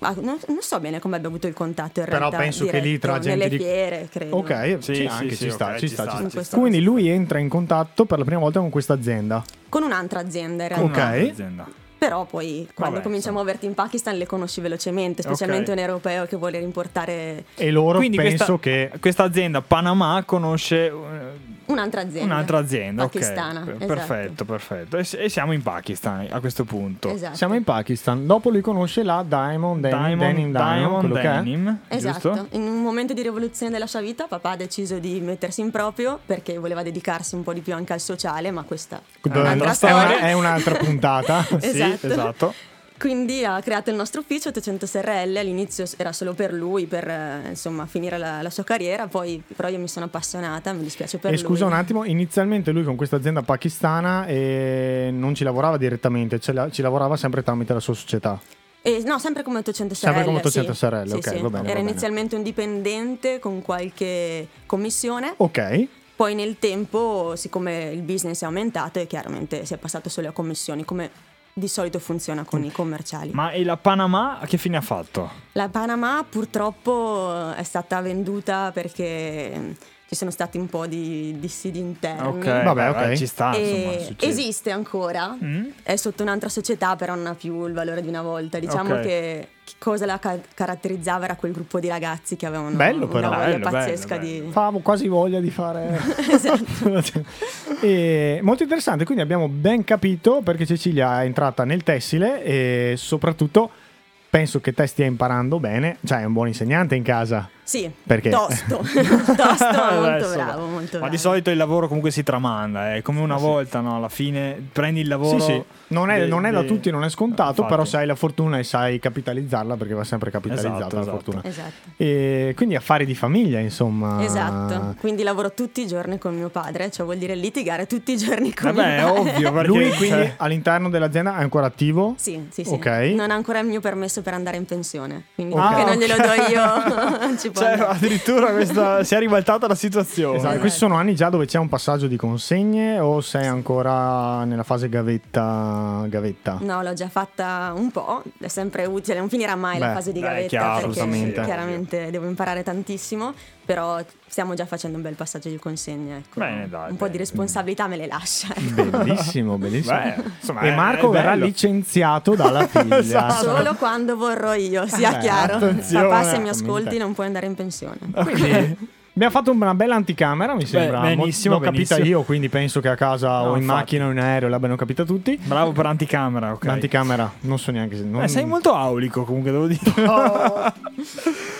Speaker 6: ah, non, non so bene come abbia avuto il contatto in
Speaker 4: Però
Speaker 6: realtà.
Speaker 4: penso che
Speaker 6: diretto,
Speaker 4: lì tra gente
Speaker 6: Nelle
Speaker 4: di-
Speaker 6: fiere, credo.
Speaker 4: Ok,
Speaker 3: Sì,
Speaker 4: sì,
Speaker 3: sì,
Speaker 4: anche,
Speaker 3: sì,
Speaker 4: ci, sta,
Speaker 3: ok,
Speaker 4: ci
Speaker 3: ci
Speaker 4: sta,
Speaker 3: sta,
Speaker 4: ci
Speaker 6: ci
Speaker 4: sta.
Speaker 6: sta.
Speaker 4: Quindi lui entra in contatto per la prima volta con questa azienda.
Speaker 6: Con un'altra azienda in
Speaker 4: Con
Speaker 6: realtà.
Speaker 4: Ok.
Speaker 3: Un'azienda.
Speaker 6: Però poi quando
Speaker 3: Vabbè,
Speaker 6: cominci a
Speaker 3: insomma.
Speaker 6: muoverti in Pakistan le conosci velocemente, specialmente un europeo che vuole importare
Speaker 4: E loro
Speaker 3: Quindi
Speaker 4: penso
Speaker 3: questa,
Speaker 4: che.
Speaker 3: questa azienda Panama conosce eh,
Speaker 6: un'altra, Un'altra azienda.
Speaker 3: Un'altra azienda, ok.
Speaker 6: Pakistana,
Speaker 3: Per-
Speaker 6: esatto.
Speaker 3: Perfetto, perfetto. E, s- e siamo in Pakistan a questo punto.
Speaker 6: Esatto.
Speaker 4: Siamo in Pakistan. Dopo lui conosce la Diamond Denim
Speaker 3: Diamond,
Speaker 4: Denim, Diamond,
Speaker 3: Diamond
Speaker 4: quello che è.
Speaker 3: Denim,
Speaker 6: Esatto,
Speaker 3: giusto?
Speaker 6: in un momento di rivoluzione della sua vita papà ha deciso di mettersi in proprio perché voleva dedicarsi un po' di più anche al sociale, ma questa è
Speaker 4: Dove-
Speaker 6: un'altra
Speaker 4: è, una-
Speaker 6: storia.
Speaker 4: è un'altra puntata.
Speaker 6: Esatto.
Speaker 3: Sì, esatto.
Speaker 6: Quindi ha creato il nostro ufficio 800 SRL, all'inizio era solo per lui, per eh, insomma finire la, la sua carriera, poi però io mi sono appassionata, mi dispiace per
Speaker 4: E
Speaker 6: lui.
Speaker 4: scusa un attimo, inizialmente lui con questa azienda pakistana eh, non ci lavorava direttamente, ce la- ci lavorava sempre tramite la sua società.
Speaker 6: E- Eh, no, sempre come 800 SRL.
Speaker 4: Sempre come 800
Speaker 6: sì.
Speaker 4: SRL,
Speaker 6: Sì,
Speaker 4: ok,
Speaker 6: sì.
Speaker 4: va bene, va
Speaker 6: Era
Speaker 4: bene.
Speaker 6: inizialmente un dipendente con qualche commissione,
Speaker 4: Oh. Ok,
Speaker 6: poi nel tempo, siccome il business è aumentato, e chiaramente si è passato solo a commissioni, come di solito funziona con
Speaker 4: Mm.
Speaker 6: i commerciali.
Speaker 3: Ma e la Panama che fine ha fatto?
Speaker 6: La Panama purtroppo è stata venduta perché mm, ci sono stati un po' di dissidi interni.
Speaker 3: Ok,
Speaker 4: Vabbè,
Speaker 3: vabbè,
Speaker 4: ok.
Speaker 3: ci sta,
Speaker 6: Eh, E
Speaker 3: insomma, succede.
Speaker 6: esiste ancora,
Speaker 3: Mm?
Speaker 6: è sotto un'altra società, però non ha più il valore di una volta. Diciamo
Speaker 3: Ok.
Speaker 6: che chi- cosa la ca- caratterizzava era quel gruppo di ragazzi che avevano
Speaker 4: Bello,
Speaker 6: una
Speaker 4: però.
Speaker 6: voglia
Speaker 3: Bello,
Speaker 6: pazzesca
Speaker 3: bello,
Speaker 6: di.
Speaker 4: fa quasi voglia di fare... Esatto. E molto interessante, quindi abbiamo ben capito perché Cecilia è entrata nel tessile e soprattutto penso che te stia imparando bene, cioè è un buon insegnante in casa.
Speaker 6: Sì,
Speaker 4: Perché?
Speaker 6: tosto, tosto, ma
Speaker 3: Beh,
Speaker 6: molto
Speaker 3: insomma.
Speaker 6: bravo, molto
Speaker 3: Ma
Speaker 6: bravo.
Speaker 3: di solito il lavoro comunque si tramanda, è come una volta, no? Alla fine prendi il lavoro.
Speaker 4: Sì, sì. Non, è,
Speaker 3: de-
Speaker 4: non è da
Speaker 3: de-
Speaker 4: tutti, non è scontato,
Speaker 3: Infatti.
Speaker 4: però se hai la fortuna e sai capitalizzarla, perché va sempre capitalizzata
Speaker 3: Esatto,
Speaker 4: la
Speaker 3: esatto.
Speaker 4: fortuna.
Speaker 6: Esatto.
Speaker 4: E quindi affari di famiglia, insomma.
Speaker 3: Ah.
Speaker 6: Esatto, quindi lavoro tutti i giorni con mio padre, cioè vuol dire litigare tutti i giorni con
Speaker 3: Vabbè, Eh è
Speaker 6: mio padre.
Speaker 3: ovvio, perché
Speaker 4: Lui quindi
Speaker 3: cioè,
Speaker 4: all'interno dell'azienda è ancora attivo?
Speaker 6: Sì, sì, sì.
Speaker 4: Ok.
Speaker 6: Non ha ancora il mio permesso per andare in pensione, quindi
Speaker 4: Ok.
Speaker 6: che non glielo do io
Speaker 3: Ah,
Speaker 6: non ci può
Speaker 3: cioè,
Speaker 6: andare.
Speaker 3: addirittura questa, si è ribaltata la situazione.
Speaker 4: Esatto,
Speaker 6: Esatto.
Speaker 4: Questi sono anni già dove c'è un passaggio di consegne o sei ancora nella fase gavetta? gavetta?
Speaker 6: No, l'ho già fatta un po', è sempre utile, non finirà mai
Speaker 4: Beh,
Speaker 6: la fase di
Speaker 3: beh,
Speaker 6: gavetta
Speaker 3: chiaro,
Speaker 6: perché
Speaker 4: assolutamente.
Speaker 6: chiaramente devo imparare tantissimo, però stiamo già facendo un bel passaggio di consegne, ecco.
Speaker 3: Bene, dai,
Speaker 6: un po'
Speaker 3: bene.
Speaker 6: di responsabilità me le lascia. ecco.
Speaker 4: Bellissimo, bellissimo.
Speaker 3: Beh, insomma,
Speaker 4: e
Speaker 3: è-
Speaker 4: Marco
Speaker 3: è
Speaker 4: verrà
Speaker 3: bello.
Speaker 4: licenziato dalla figlia.
Speaker 3: Esatto.
Speaker 6: Solo quando vorrò io, sia
Speaker 4: Eh,
Speaker 6: chiaro.
Speaker 4: attenzione. Ah,
Speaker 6: Papà, se mi ascolti,
Speaker 4: Minchia.
Speaker 6: non puoi andare in pensione.
Speaker 4: Quindi abbiamo fatto una bella anticamera, mi sembra. Mo-
Speaker 3: benissimo,
Speaker 4: L'ho capita
Speaker 3: benissimo.
Speaker 4: io, quindi penso che a casa
Speaker 3: No,
Speaker 4: o in
Speaker 3: infatti.
Speaker 4: macchina o in aereo l'abbiano capita tutti.
Speaker 3: Bravo per anticamera, ok.
Speaker 4: L'anticamera, non so neanche se. Non...
Speaker 3: Beh, Eh, sei molto aulico comunque, devo dire.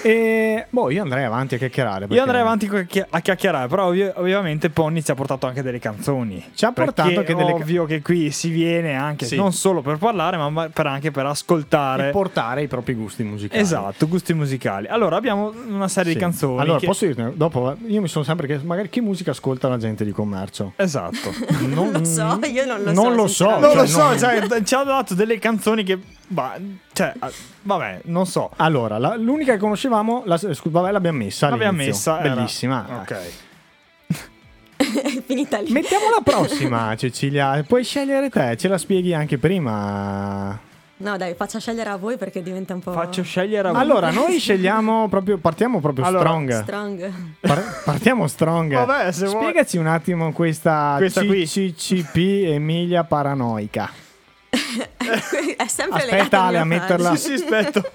Speaker 4: E boh, io andrei avanti a chiacchierare. perché
Speaker 3: Io andrei avanti co- chi- a chiacchierare, però ovvi- ovviamente Ponni ci ha portato anche delle canzoni.
Speaker 4: Ci ha portato
Speaker 3: Perché
Speaker 4: anche delle ca-
Speaker 3: ovvio che qui si viene anche
Speaker 4: Sì.
Speaker 3: non solo per parlare, ma- ma per- anche per ascoltare.
Speaker 4: E portare i propri gusti musicali.
Speaker 3: Esatto, gusti musicali. Allora abbiamo una serie
Speaker 4: Sì.
Speaker 3: di canzoni.
Speaker 4: Allora,
Speaker 3: che-
Speaker 4: posso dirti, dopo io mi sono sempre chiesto, magari che musica ascolta la gente di commercio?
Speaker 3: Esatto.
Speaker 6: Non lo so, io non
Speaker 4: mm.
Speaker 6: lo so.
Speaker 4: non lo so.
Speaker 6: sinceramente.
Speaker 3: non lo
Speaker 4: Cioè,
Speaker 3: so,
Speaker 4: non-
Speaker 3: cioè, d- ci ha dato delle canzoni che... bah, cioè, ah, vabbè, non so.
Speaker 4: Allora, la- l'unica che conoscevamo, la, eh, scu- vabbè, l'abbiamo messa.
Speaker 3: L'abbiamo
Speaker 4: all'inizio.
Speaker 3: messa. era-
Speaker 4: Bellissima.
Speaker 3: Ok.
Speaker 6: È finita lì.
Speaker 4: Mettiamo la prossima, Cecilia. Puoi scegliere te, ce la spieghi anche prima.
Speaker 6: No, dai, faccia scegliere a voi perché diventa un po'.
Speaker 3: Faccio scegliere a voi.
Speaker 4: Allora, noi scegliamo proprio, partiamo proprio
Speaker 3: Allora,
Speaker 4: strong.
Speaker 6: strong.
Speaker 4: Par- partiamo strong.
Speaker 3: Vabbè, se vuoi.
Speaker 4: Spiegaci un attimo questa,
Speaker 3: Questa qui.
Speaker 4: CCCP Emilia Paranoica.
Speaker 6: È sempre
Speaker 4: Aspetta Ale
Speaker 6: legata
Speaker 4: a
Speaker 6: mia
Speaker 4: metterla.
Speaker 6: frase.
Speaker 3: Sì, aspetto.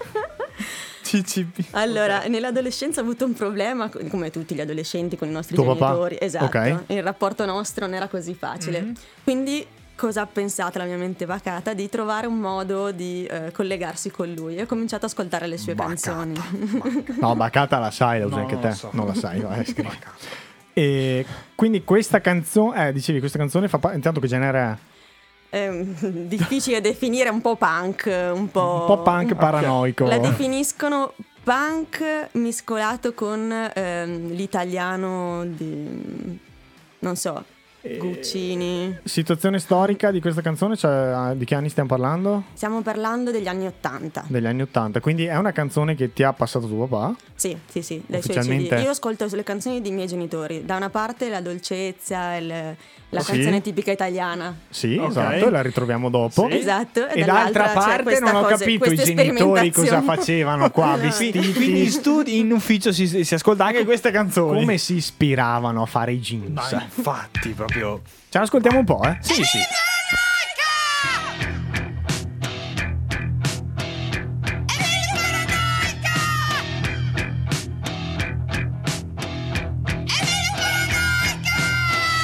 Speaker 3: CCP.
Speaker 6: Allora, nell'adolescenza ho avuto un problema, co- come tutti gli adolescenti con i nostri
Speaker 4: Tuo papà?
Speaker 6: genitori. Esatto.
Speaker 4: Ok. Mhm.
Speaker 6: Il rapporto nostro non era così facile. Quindi, cosa ha pensato la mia mente vacata? Di trovare un modo di eh, collegarsi con lui. E ho cominciato ad ascoltare le sue
Speaker 4: Vacata.
Speaker 6: canzoni.
Speaker 4: No, Bacata la sai, la usi
Speaker 3: No,
Speaker 4: anche
Speaker 3: non
Speaker 4: te.
Speaker 3: la so.
Speaker 4: Non la sai, vai, scrivi. E quindi questa canzone, eh, dicevi, questa canzone fa parte, intanto che genere
Speaker 6: Ehm, difficile definire un po' punk, un
Speaker 4: è
Speaker 6: po'. Mm.
Speaker 4: un po'
Speaker 3: Oh,
Speaker 4: punk paranoico.
Speaker 6: La definiscono punk miscolato con ehm, l'italiano di. non so,
Speaker 4: Eh,
Speaker 6: Guccini.
Speaker 4: Situazione storica di questa canzone, cioè eh, di che anni stiamo parlando?
Speaker 6: Stiamo parlando degli anni Ottanta.
Speaker 4: Degli anni 80, quindi è una canzone che ti ha passato tuo papà?
Speaker 6: Sì, sì, sì, dai suoi
Speaker 4: Ufficialmente?
Speaker 6: CD. Io ascolto le canzoni dei miei genitori. Da una parte la dolcezza, il- la
Speaker 4: Oh, Sì.
Speaker 6: canzone tipica italiana.
Speaker 4: Sì,
Speaker 3: Ok.
Speaker 4: esatto, e la ritroviamo dopo.
Speaker 3: Sì.
Speaker 6: Esatto.
Speaker 4: E d'altra
Speaker 6: dall'altra c'è
Speaker 4: parte
Speaker 6: questa
Speaker 4: non ho
Speaker 6: cosa-
Speaker 4: capito i
Speaker 6: questa
Speaker 4: genitori cosa
Speaker 6: sperimentazione.
Speaker 4: facevano qua, vestiti.
Speaker 3: Quindi in, studi- in ufficio si, si ascolta anche queste canzoni.
Speaker 4: Come si ispiravano a fare i
Speaker 3: Ma
Speaker 4: jeans?
Speaker 3: cioè, infatti, proprio.
Speaker 4: Ce l'ascoltiamo un po', eh?
Speaker 3: Sì, sì.
Speaker 1: Emilia Paranoica!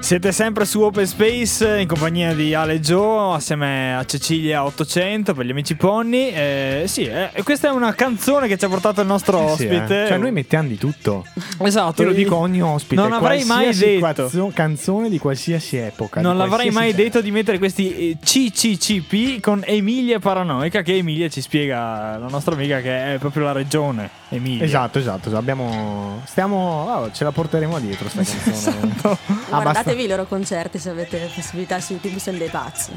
Speaker 3: Siete sempre su Open Space in compagnia di Ale Joe assieme a Cecilia 800 per gli amici Ponni. Eh, sì, eh, e questa è una canzone che ci ha portato il nostro
Speaker 4: Sì,
Speaker 3: ospite.
Speaker 4: eh. Cioè, noi mettiamo di tutto.
Speaker 3: Esatto,
Speaker 4: Te lo dico a ogni ospite.
Speaker 3: Non avrei mai
Speaker 4: qualsiasi
Speaker 3: detto.
Speaker 4: quazzo- canzone di qualsiasi epoca.
Speaker 3: Non
Speaker 4: di
Speaker 3: l'avrei mai
Speaker 4: qualsiasi
Speaker 3: detto di mettere questi eh, CCCP con Emilia Paranoica, che Emilia ci spiega, la nostra amica che è proprio la regione Emilia.
Speaker 4: Esatto, esatto. esatto. Abbiamo. Stiamo. oh, ce la porteremo dietro sta
Speaker 6: Esatto.
Speaker 4: canzone.
Speaker 6: Guardatevi i loro concerti se avete possibilità su YouTube, sono dei pazzi.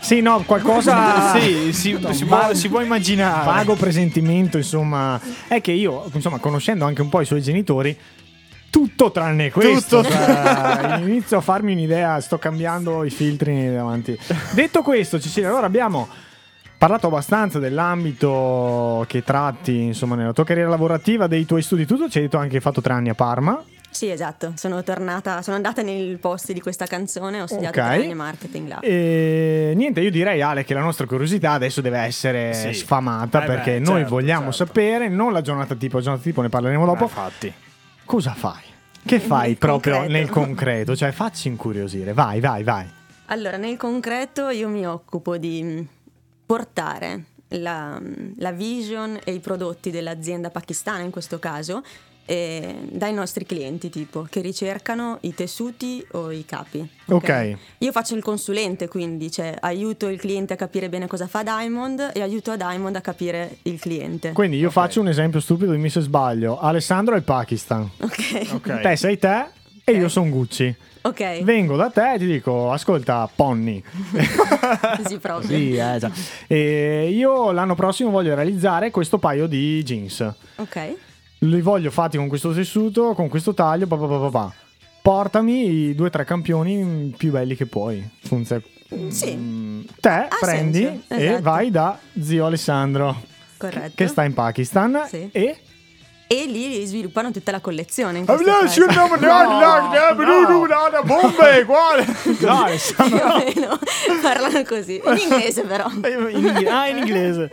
Speaker 4: Sì, no, qualcosa.
Speaker 3: sì, si, si può, si può immaginare. Eh,
Speaker 4: Vago presentimento, insomma. È che io, insomma, conoscendo anche un po' i suoi genitori. Tutto tranne questo.
Speaker 3: Tutto
Speaker 4: cioè, inizio a farmi un'idea, sto cambiando i filtri davanti. Detto questo, Cecilia, allora abbiamo parlato abbastanza dell'ambito che tratti, insomma, nella tua carriera lavorativa, dei tuoi studi, tutto. Ci hai detto anche che hai fatto tre anni a Parma.
Speaker 6: Sì, esatto. Sono tornata, sono andata nei posti di questa canzone, ho studiato
Speaker 4: Ok.
Speaker 6: okay. marketing là.
Speaker 4: E niente, io direi Ale che la nostra curiosità adesso deve essere
Speaker 3: Sì. Eh
Speaker 4: sfamata
Speaker 3: beh,
Speaker 4: perché noi
Speaker 3: certo,
Speaker 4: vogliamo
Speaker 3: certo.
Speaker 4: sapere, non la giornata tipo, la giornata tipo ne parleremo dopo.
Speaker 3: fatti.
Speaker 4: Cosa fai? Che fai
Speaker 6: Nel
Speaker 4: proprio
Speaker 6: concreto.
Speaker 4: nel concreto? Cioè, facci incuriosire, vai, vai, vai.
Speaker 6: Allora, nel concreto io mi occupo di mh, portare la, mm, la vision e i prodotti dell'azienda pakistana in questo caso eh, dai nostri clienti tipo che ricercano i tessuti o i capi.
Speaker 4: Ok.
Speaker 6: Io faccio il consulente quindi, cioè aiuto il cliente a capire bene cosa fa Diamond e aiuto a Diamond a capire il cliente.
Speaker 4: Quindi io faccio un esempio stupido di me se sbaglio. Alessandro è il Pakistan.
Speaker 6: ok,
Speaker 4: Te sei te e io sono Gucci.
Speaker 6: ok,
Speaker 4: Vengo da te e ti dico, ascolta, Ponni.
Speaker 6: così proprio.
Speaker 4: Sì, eh, già. E io l'anno prossimo voglio realizzare questo paio di jeans.
Speaker 6: Ok,
Speaker 4: Li voglio fatti con questo tessuto, con questo taglio, pa, pa, pa, pa, pa. Portami i due o tre campioni più belli che puoi. Funziona.
Speaker 6: sì,
Speaker 4: Mm, Te prendi
Speaker 6: senso,
Speaker 4: e
Speaker 6: esatto.
Speaker 4: vai da zio Alessandro,
Speaker 6: corretto.
Speaker 4: che sta in Pakistan,
Speaker 6: Sì.
Speaker 4: e...
Speaker 6: E lì sviluppano tutta la collezione. In
Speaker 4: Ah, No,
Speaker 6: questo caso.
Speaker 4: No, Alessandro.
Speaker 6: più o meno parlano così in inglese però
Speaker 4: In ingle- ah, in inglese.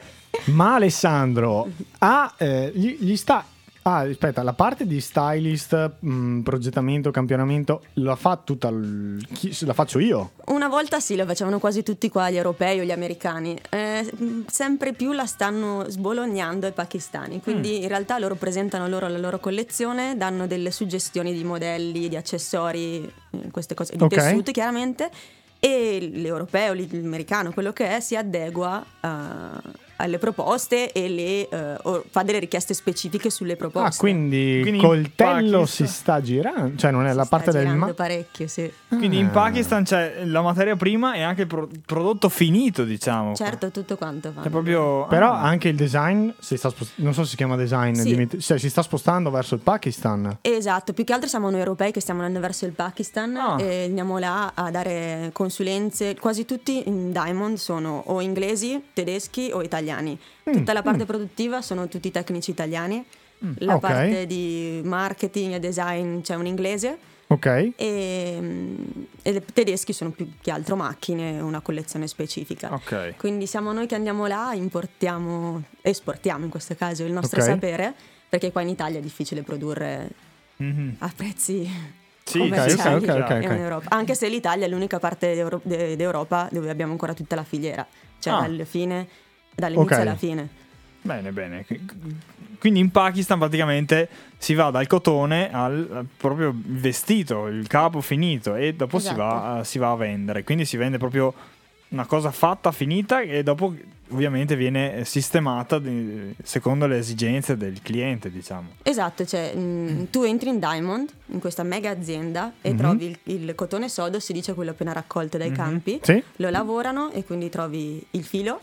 Speaker 4: Ma Alessandro ha, eh, gli, gli sta. Ah, aspetta, la parte di stylist, mh, progettamento, campionamento, la fa tutta. l- chi- la faccio io.
Speaker 6: una volta sì lo facevano quasi tutti qua gli europei o gli americani Eh, mh, sempre più la stanno sbolognando i pakistani quindi
Speaker 4: Mm.
Speaker 6: in realtà loro presentano loro la loro collezione danno delle suggestioni di modelli di accessori eh, queste cose di
Speaker 4: Ok.
Speaker 6: tessuti chiaramente e l'europeo lì, l'americano quello che è si adegua a- alle proposte e le, eh, o fa delle richieste specifiche sulle proposte
Speaker 4: Ah, quindi,
Speaker 3: Quindi in
Speaker 4: coltello
Speaker 3: Pakistan-
Speaker 4: si sta girando. Cioè, non è
Speaker 6: Si
Speaker 4: la
Speaker 6: sta
Speaker 4: parte del.
Speaker 6: girando
Speaker 4: ma-
Speaker 6: parecchio sì
Speaker 3: Quindi in Pakistan c'è la materia prima e anche il pro- prodotto finito, diciamo.
Speaker 6: Certo, tutto quanto
Speaker 3: È
Speaker 6: fanno.
Speaker 3: proprio...
Speaker 4: Però
Speaker 3: Ah.
Speaker 4: anche il design si sta spostando. Non so se si chiama design.
Speaker 6: Sì.
Speaker 4: dimmi- cioè, si sta spostando verso il Pakistan.
Speaker 6: Esatto, più che altro siamo noi europei che stiamo andando verso il Pakistan
Speaker 3: Ah.
Speaker 6: e andiamo là a dare consulenze. Quasi tutti in Diamond sono o inglesi, tedeschi o italiani.
Speaker 4: Mm.
Speaker 6: Tutta la parte produttiva sono tutti tecnici italiani. La
Speaker 3: Mm.
Speaker 4: Ah, ok.
Speaker 6: parte di marketing e design c'è un inglese
Speaker 4: Ok.
Speaker 6: e, Ehm, e i tedeschi sono più che altro macchine, una collezione specifica.
Speaker 3: Ok.
Speaker 6: Quindi siamo noi che andiamo là, importiamo, esportiamo in questo caso il nostro
Speaker 4: Ok.
Speaker 6: sapere, perché qua in Italia è difficile produrre
Speaker 3: Mhm.
Speaker 6: a prezzi
Speaker 3: Sì,
Speaker 6: commerciali
Speaker 4: Mm-hmm.
Speaker 6: Cioè,
Speaker 4: sì, ok, ok,
Speaker 6: in
Speaker 4: ok.
Speaker 6: Europa. Anche se l'Italia è l'unica parte d'Euro- de- d'Europa dove abbiamo ancora tutta la filiera, cioè
Speaker 3: Ah.
Speaker 6: dal fine, dall'inizio
Speaker 4: Ok.
Speaker 6: alla fine.
Speaker 3: Bene, bene. Quindi in Pakistan praticamente si va dal cotone al, al proprio vestito, il capo finito e dopo si, va, eh, si va a vendere. Quindi si vende proprio una cosa fatta, finita e dopo ovviamente viene sistemata di- secondo le esigenze del cliente, diciamo.
Speaker 6: Esatto, cioè
Speaker 4: Mm.
Speaker 6: mh, tu entri in Diamond, in questa mega azienda, e
Speaker 4: Mm-hmm.
Speaker 6: trovi il, il cotone sodo, si dice quello appena raccolto dai campi,
Speaker 4: Sì.
Speaker 6: lo lavorano e quindi trovi il filo,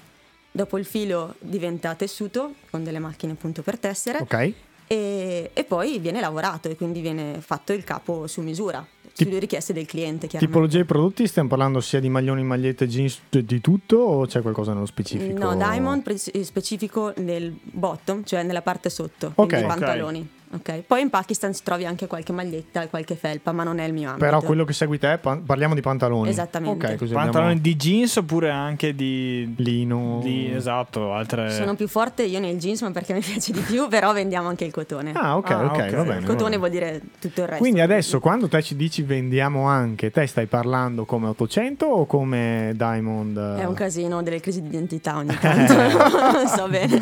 Speaker 6: dopo il filo diventa tessuto con delle macchine appunto per tessere
Speaker 4: Ok.
Speaker 6: e, e poi viene lavorato e quindi viene fatto il capo su misura, sulle richieste del cliente chiaramente.
Speaker 4: Tipologia di prodotti, stiamo parlando sia di maglioni, magliette, jeans, cioè di tutto o c'è qualcosa nello specifico?
Speaker 6: No, Diamond pre- specifico nel eh, bottom, cioè nella parte sotto,
Speaker 4: Ok.
Speaker 6: quindi i
Speaker 4: Ok.
Speaker 6: pantaloni. ok? Poi in Pakistan si trovi anche qualche maglietta e qualche felpa, ma non è il mio ambito.
Speaker 4: Però quello che segui te, pa- parliamo di pantaloni.
Speaker 6: Esattamente.
Speaker 4: Ok, così
Speaker 3: Pantaloni
Speaker 4: abbiamo
Speaker 3: di jeans oppure anche di...
Speaker 4: lino.
Speaker 3: di- esatto, altre...
Speaker 6: Sono
Speaker 4: Eh.
Speaker 6: più forte io nel jeans, ma perché mi piace di più, però vendiamo anche il cotone.
Speaker 4: Ah, ok,
Speaker 3: Ah,
Speaker 4: ok,
Speaker 3: ok.
Speaker 4: va bene.
Speaker 6: il
Speaker 4: va bene.
Speaker 6: cotone vuol dire tutto il resto.
Speaker 4: Quindi adesso quando te ci dici vendiamo anche, te stai parlando come 800 o come Diamond?
Speaker 6: È un casino delle crisi di identità ogni tanto,
Speaker 4: Eh.
Speaker 6: non so bene.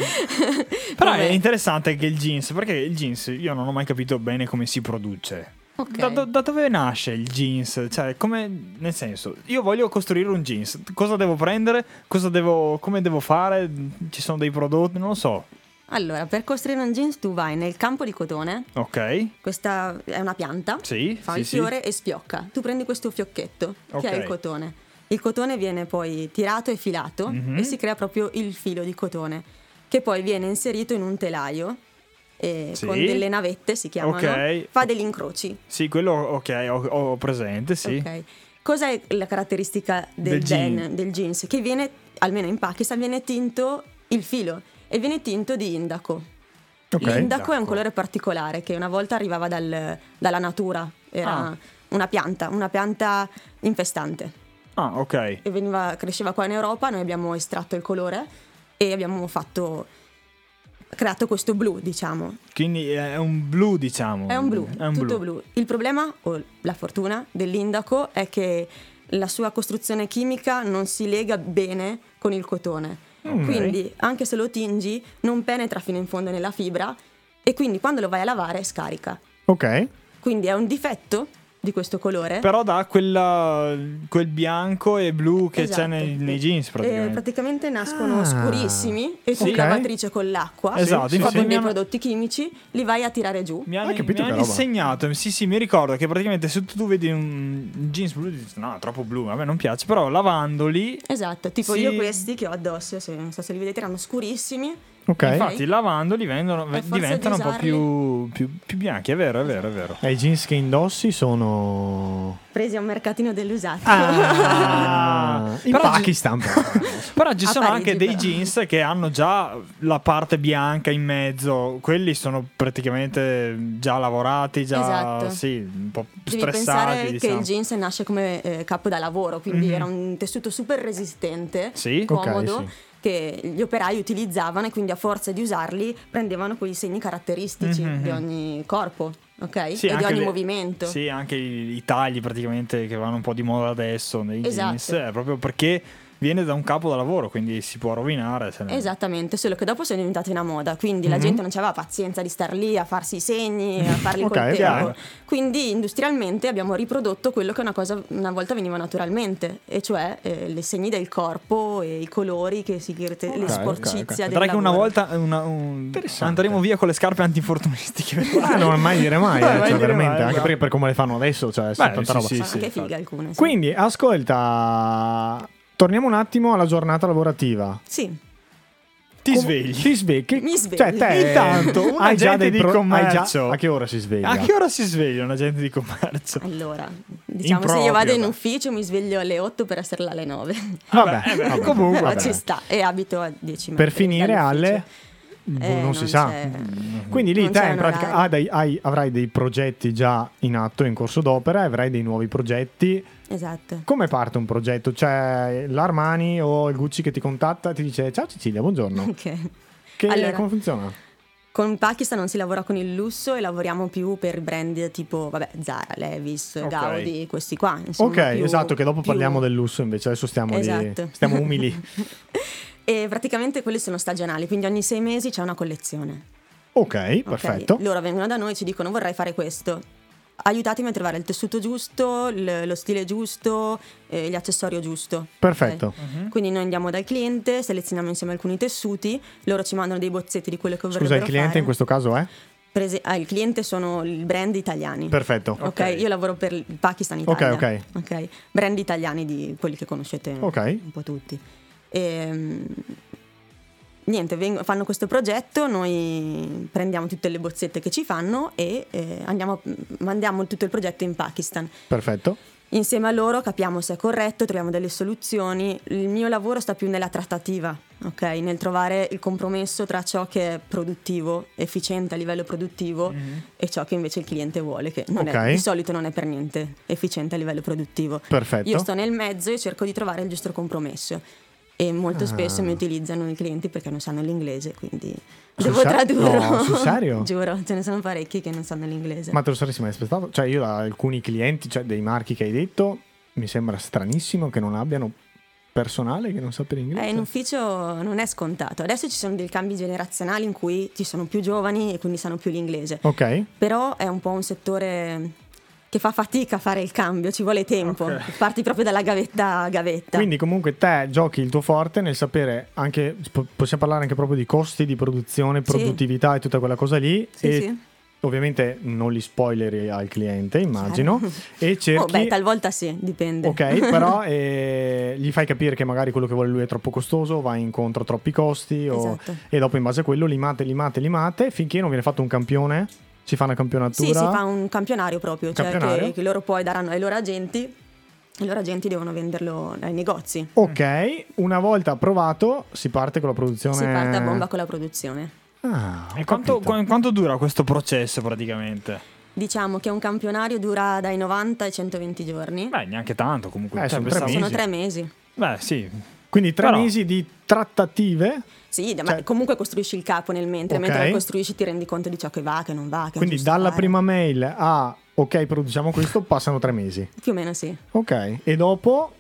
Speaker 3: Però
Speaker 6: Come-
Speaker 3: è interessante anche il jeans, perché il jeans io non ho mai capito bene come si produce.
Speaker 6: Ok.
Speaker 3: Da, da- da dove nasce il jeans? Cioè, come nel senso, io voglio costruire un jeans, cosa devo prendere? Cosa devo, come devo fare? Ci sono dei prodotti, non lo so.
Speaker 6: Allora, per costruire un jeans tu vai nel campo di cotone,
Speaker 3: Ok,
Speaker 6: questa è una pianta,
Speaker 3: Sì,
Speaker 6: fa
Speaker 3: sì,
Speaker 6: il
Speaker 3: sì.
Speaker 6: fiore e sfiocca. Tu prendi questo fiocchetto,
Speaker 3: Ok.
Speaker 6: che è il cotone. Il cotone viene poi tirato e filato
Speaker 3: Mhm.
Speaker 6: e si crea proprio il filo di cotone, che poi viene inserito in un telaio. e
Speaker 3: Sì.
Speaker 6: Con delle navette si chiamano,
Speaker 3: Ok.
Speaker 6: fa degli incroci.
Speaker 3: sì, quello ok, ho, ho presente, sì.
Speaker 6: Ok. Cosa è la caratteristica del,
Speaker 3: Del jean.
Speaker 6: den- del jeans? Che viene, almeno in Pakistan, viene tinto il filo e viene tinto di indaco.
Speaker 4: Ok.
Speaker 6: L'indaco
Speaker 3: Esatto.
Speaker 6: è un colore particolare che una volta arrivava dal- dalla natura, era
Speaker 3: Ah.
Speaker 6: una pianta, una pianta infestante.
Speaker 3: Ah, ok.
Speaker 6: E veniva- cresceva qua in Europa, noi abbiamo estratto il colore e abbiamo fatto, creato questo blu, diciamo.
Speaker 3: Quindi è un blu, diciamo.
Speaker 6: È un blu,
Speaker 3: È un
Speaker 6: tutto blu. Il problema, o la fortuna, dell'indaco è che la sua costruzione chimica non si lega bene con il cotone. Quindi, anche se lo tingi, non penetra fino in fondo nella fibra e quindi quando lo vai a lavare scarica.
Speaker 4: Ok,
Speaker 6: Quindi è un difetto di questo colore.
Speaker 3: Però dà quella, quel bianco e blu che
Speaker 6: Esatto.
Speaker 3: c'è nei, nei jeans
Speaker 6: Eh,
Speaker 3: praticamente.
Speaker 6: praticamente nascono
Speaker 4: Ah.
Speaker 6: scurissimi e
Speaker 4: Sì.
Speaker 6: tu in
Speaker 4: Ok.
Speaker 6: lavatrice con l'acqua,
Speaker 3: Esatto,
Speaker 4: Sì,
Speaker 6: o
Speaker 3: infatti
Speaker 6: con
Speaker 3: mi
Speaker 6: dei
Speaker 3: hanno-
Speaker 6: prodotti chimici, li vai a tirare giù.
Speaker 3: Mi hanno,
Speaker 4: Hai capito
Speaker 3: mi
Speaker 4: che
Speaker 3: hanno
Speaker 4: roba?
Speaker 3: insegnato, sì sì, mi ricordo che praticamente se tu vedi un jeans blu dici no, è troppo blu, a me non piace, però lavandoli,
Speaker 6: Esatto, tipo
Speaker 3: Sì.
Speaker 6: io questi che ho addosso, se, non so se li vedete, erano scurissimi.
Speaker 4: ok.
Speaker 3: infatti lavandoli vendono-
Speaker 6: Per forza
Speaker 3: diventano
Speaker 6: di
Speaker 3: un po'
Speaker 6: usarli.
Speaker 3: più, più- più bianchi, è vero, è vero, è vero.
Speaker 4: E i jeans che indossi sono...
Speaker 6: presi a un mercatino dell'usato.
Speaker 4: Ah, in
Speaker 3: Però-
Speaker 4: Pakistan. però.
Speaker 3: Però ci
Speaker 6: A
Speaker 3: sono
Speaker 6: Parigi,
Speaker 3: anche dei
Speaker 6: però.
Speaker 3: jeans che hanno già la parte bianca in mezzo, quelli sono praticamente già lavorati, già
Speaker 6: Esatto.
Speaker 3: sì, un po'
Speaker 6: Devi
Speaker 3: stressati.
Speaker 6: pensare
Speaker 3: diciamo. Mhm.
Speaker 6: che il jeans nasce come eh, capo da lavoro, quindi era un tessuto super resistente,
Speaker 3: Sì?
Speaker 4: Ok,
Speaker 6: comodo,
Speaker 4: sì.
Speaker 6: che gli operai utilizzavano e quindi a forza di usarli prendevano quei segni caratteristici
Speaker 3: Mhm.
Speaker 6: di ogni corpo, ok?
Speaker 3: Sì,
Speaker 6: e di
Speaker 3: anche
Speaker 6: ogni
Speaker 3: le-
Speaker 6: movimento.
Speaker 3: Sì, anche i, i tagli praticamente che vanno un po' di moda adesso nei
Speaker 6: Esatto.
Speaker 3: jeans, è proprio perché viene da un capo da lavoro, quindi si può rovinare. se
Speaker 4: Eh.
Speaker 3: ne-
Speaker 6: Esattamente, solo che dopo sono diventate una moda, quindi
Speaker 4: Mhm.
Speaker 6: la gente non aveva pazienza di star lì a farsi i segni, a farli
Speaker 4: Ok,
Speaker 6: col
Speaker 4: chiaro.
Speaker 6: tempo. Quindi industrialmente abbiamo riprodotto quello che una, cosa, una volta veniva naturalmente, e cioè eh, i segni del corpo e i colori, che si, le
Speaker 4: ok,
Speaker 6: sporcizia
Speaker 4: ok.
Speaker 6: del
Speaker 3: Vedrai che una
Speaker 6: lavoro.
Speaker 3: volta una- un-
Speaker 4: Interessante.
Speaker 3: andremo via con le scarpe antinfortunistiche.
Speaker 4: Ah, non mai dire mai, eh,
Speaker 3: Non mai
Speaker 4: cioè,
Speaker 3: dire
Speaker 4: veramente,
Speaker 3: mai,
Speaker 4: anche
Speaker 3: guarda.
Speaker 4: perché per come le fanno adesso, cioè, è
Speaker 3: Beh,
Speaker 4: tanta
Speaker 3: sì,
Speaker 4: roba.
Speaker 3: sì,
Speaker 6: Sono anche
Speaker 3: infatti.
Speaker 6: fighe alcune. sì.
Speaker 4: Quindi, ascolta, torniamo un attimo alla giornata lavorativa.
Speaker 6: Sì.
Speaker 3: Ti
Speaker 4: Com-
Speaker 3: svegli.
Speaker 4: Ti svegli. che-
Speaker 6: Mi svegli.
Speaker 4: Cioè, te
Speaker 3: Intanto, un
Speaker 4: hai già
Speaker 3: agente
Speaker 4: dei
Speaker 3: di
Speaker 4: pro- hai
Speaker 3: commercio.
Speaker 4: già- a che ora si sveglia?
Speaker 3: A che ora si sveglia un agente di commercio?
Speaker 6: Allora, diciamo se
Speaker 3: Improprio,
Speaker 6: io vado in
Speaker 3: beh.
Speaker 6: ufficio mi sveglio alle 8 per essere là alle 9.
Speaker 4: Vabbè,
Speaker 3: Eh beh,
Speaker 4: vabbè,
Speaker 3: comunque,
Speaker 4: vabbè.
Speaker 6: Ma ci sta e abito a 10
Speaker 4: Per
Speaker 6: metri
Speaker 4: finire
Speaker 6: dall'ufficio.
Speaker 4: alle... boh,
Speaker 6: Eh,
Speaker 4: non, si
Speaker 6: non
Speaker 4: sa.
Speaker 6: c'è-
Speaker 4: Quindi lì
Speaker 6: non
Speaker 4: te
Speaker 6: c'è
Speaker 4: in
Speaker 6: un
Speaker 4: pratica
Speaker 6: orario.
Speaker 4: ah, dai, hai- avrai dei progetti già in atto, in corso d'opera, e avrai dei nuovi progetti.
Speaker 6: Esatto.
Speaker 4: Come parte un progetto? C'è l'Armani o il Gucci che ti contatta e ti dice ciao Cecilia, buongiorno.
Speaker 6: Ok.
Speaker 4: Che,
Speaker 6: Allora,
Speaker 4: come funziona?
Speaker 6: Con Pakistan non si lavora con il lusso e lavoriamo più per brand tipo vabbè, Zara, Levis,
Speaker 3: Ok.
Speaker 6: Gaudi, questi qua. Insomma,
Speaker 4: Ok,
Speaker 6: più-
Speaker 4: esatto, che dopo
Speaker 6: più-
Speaker 4: parliamo del lusso invece, adesso stiamo, lì-
Speaker 6: Esatto.
Speaker 4: stiamo umili.
Speaker 6: E praticamente quelli sono stagionali, quindi ogni sei mesi c'è una collezione.
Speaker 4: Ok,
Speaker 6: ok?
Speaker 4: perfetto.
Speaker 6: Loro vengono da noi e ci dicono vorrei fare questo. Aiutatemi a trovare il tessuto giusto, l- lo stile giusto, eh, l'accessorio giusto. ok?
Speaker 4: Perfetto.
Speaker 6: Quindi noi andiamo dal cliente, selezioniamo insieme alcuni tessuti, loro ci mandano dei bozzetti di quello che vorrebbero
Speaker 4: Scusa, il cliente
Speaker 6: fare.
Speaker 4: in questo caso è?
Speaker 6: Prese- ah, il cliente sono i brand italiani.
Speaker 4: Perfetto.
Speaker 6: Ok, io lavoro per il Pakistan Italia.
Speaker 4: ok.
Speaker 6: ok. Brand italiani di quelli che conoscete
Speaker 4: Ok.
Speaker 6: un po' tutti. Ehm, niente, veng- fanno questo progetto, noi prendiamo tutte le bozzette che ci fanno e eh, andiamo- mandiamo tutto il progetto in Pakistan.
Speaker 4: Perfetto.
Speaker 6: Insieme a loro capiamo se è corretto, troviamo delle soluzioni. Il mio lavoro sta più nella trattativa, ok? Nel trovare il compromesso tra ciò che è produttivo, efficiente a livello produttivo e ciò che invece il cliente vuole, che non
Speaker 4: Mhm. Ok.
Speaker 6: è, di solito non è per niente efficiente a livello produttivo.
Speaker 4: Perfetto.
Speaker 6: Io sto nel mezzo e cerco di trovare il giusto compromesso. E molto spesso
Speaker 4: Ah.
Speaker 6: mi utilizzano i clienti perché non sanno l'inglese, quindi
Speaker 4: Sul
Speaker 6: devo
Speaker 4: ser-
Speaker 6: tradurre.
Speaker 4: no, sul serio?
Speaker 6: Giuro, ce ne sono parecchi che non sanno l'inglese.
Speaker 4: Ma te lo saresti mai aspettato? Cioè, io da alcuni clienti, cioè dei marchi che hai detto, mi sembra stranissimo che non abbiano personale che non sappia l'inglese.
Speaker 6: Eh, in ufficio non è scontato. Adesso ci sono dei cambi generazionali in cui ci sono più giovani e quindi sanno più l'inglese.
Speaker 4: Ok.
Speaker 6: Però è un po' un settore che fa fatica a fare il cambio, ci vuole tempo. Parti proprio dalla gavetta a gavetta.
Speaker 4: Quindi comunque te giochi il tuo forte nel sapere anche, po- possiamo parlare anche proprio di costi di produzione,
Speaker 6: Sì.
Speaker 4: produttività e tutta quella cosa lì.
Speaker 6: Sì,
Speaker 4: e
Speaker 6: sì.
Speaker 4: Ovviamente non li spoileri al cliente, immagino. E cerchi...
Speaker 6: Oh, beh, talvolta sì, dipende.
Speaker 4: Ok, però eh, gli fai capire che magari quello che vuole lui è troppo costoso, va incontro a troppi costi o-
Speaker 6: Esatto.
Speaker 4: e dopo in base a quello limate, limate, limate finché non viene fatto un campione, si fa una campionatura.
Speaker 6: Sì, si fa un campionario proprio, cioè
Speaker 4: Campionario.
Speaker 6: Che, che loro poi daranno ai loro agenti e i loro agenti devono venderlo ai negozi.
Speaker 4: Ok, una volta approvato si parte con la produzione.
Speaker 6: Si parte a bomba con la produzione.
Speaker 4: Ah, ho
Speaker 3: E quanto,
Speaker 4: capito.
Speaker 3: qu- quanto dura questo processo praticamente?
Speaker 6: Diciamo che un campionario dura dai 90 ai 120 giorni.
Speaker 3: Beh, neanche tanto comunque.
Speaker 4: Eh, sono tre
Speaker 3: pensavo-
Speaker 6: Sono
Speaker 4: mesi.
Speaker 6: tre mesi.
Speaker 3: Beh, sì.
Speaker 4: Quindi tre
Speaker 3: Però-
Speaker 4: mesi di trattative,
Speaker 6: Sì, ma
Speaker 4: Cioè-
Speaker 6: comunque costruisci il capo nel mentre,
Speaker 4: Ok.
Speaker 6: mentre lo costruisci ti rendi conto di ciò che va, che non va. Che è
Speaker 4: quindi
Speaker 6: giusto eh.
Speaker 4: dalla
Speaker 6: fare.
Speaker 4: prima mail a ok produciamo questo passano tre mesi.
Speaker 6: Più o meno sì.
Speaker 4: Ok, e dopo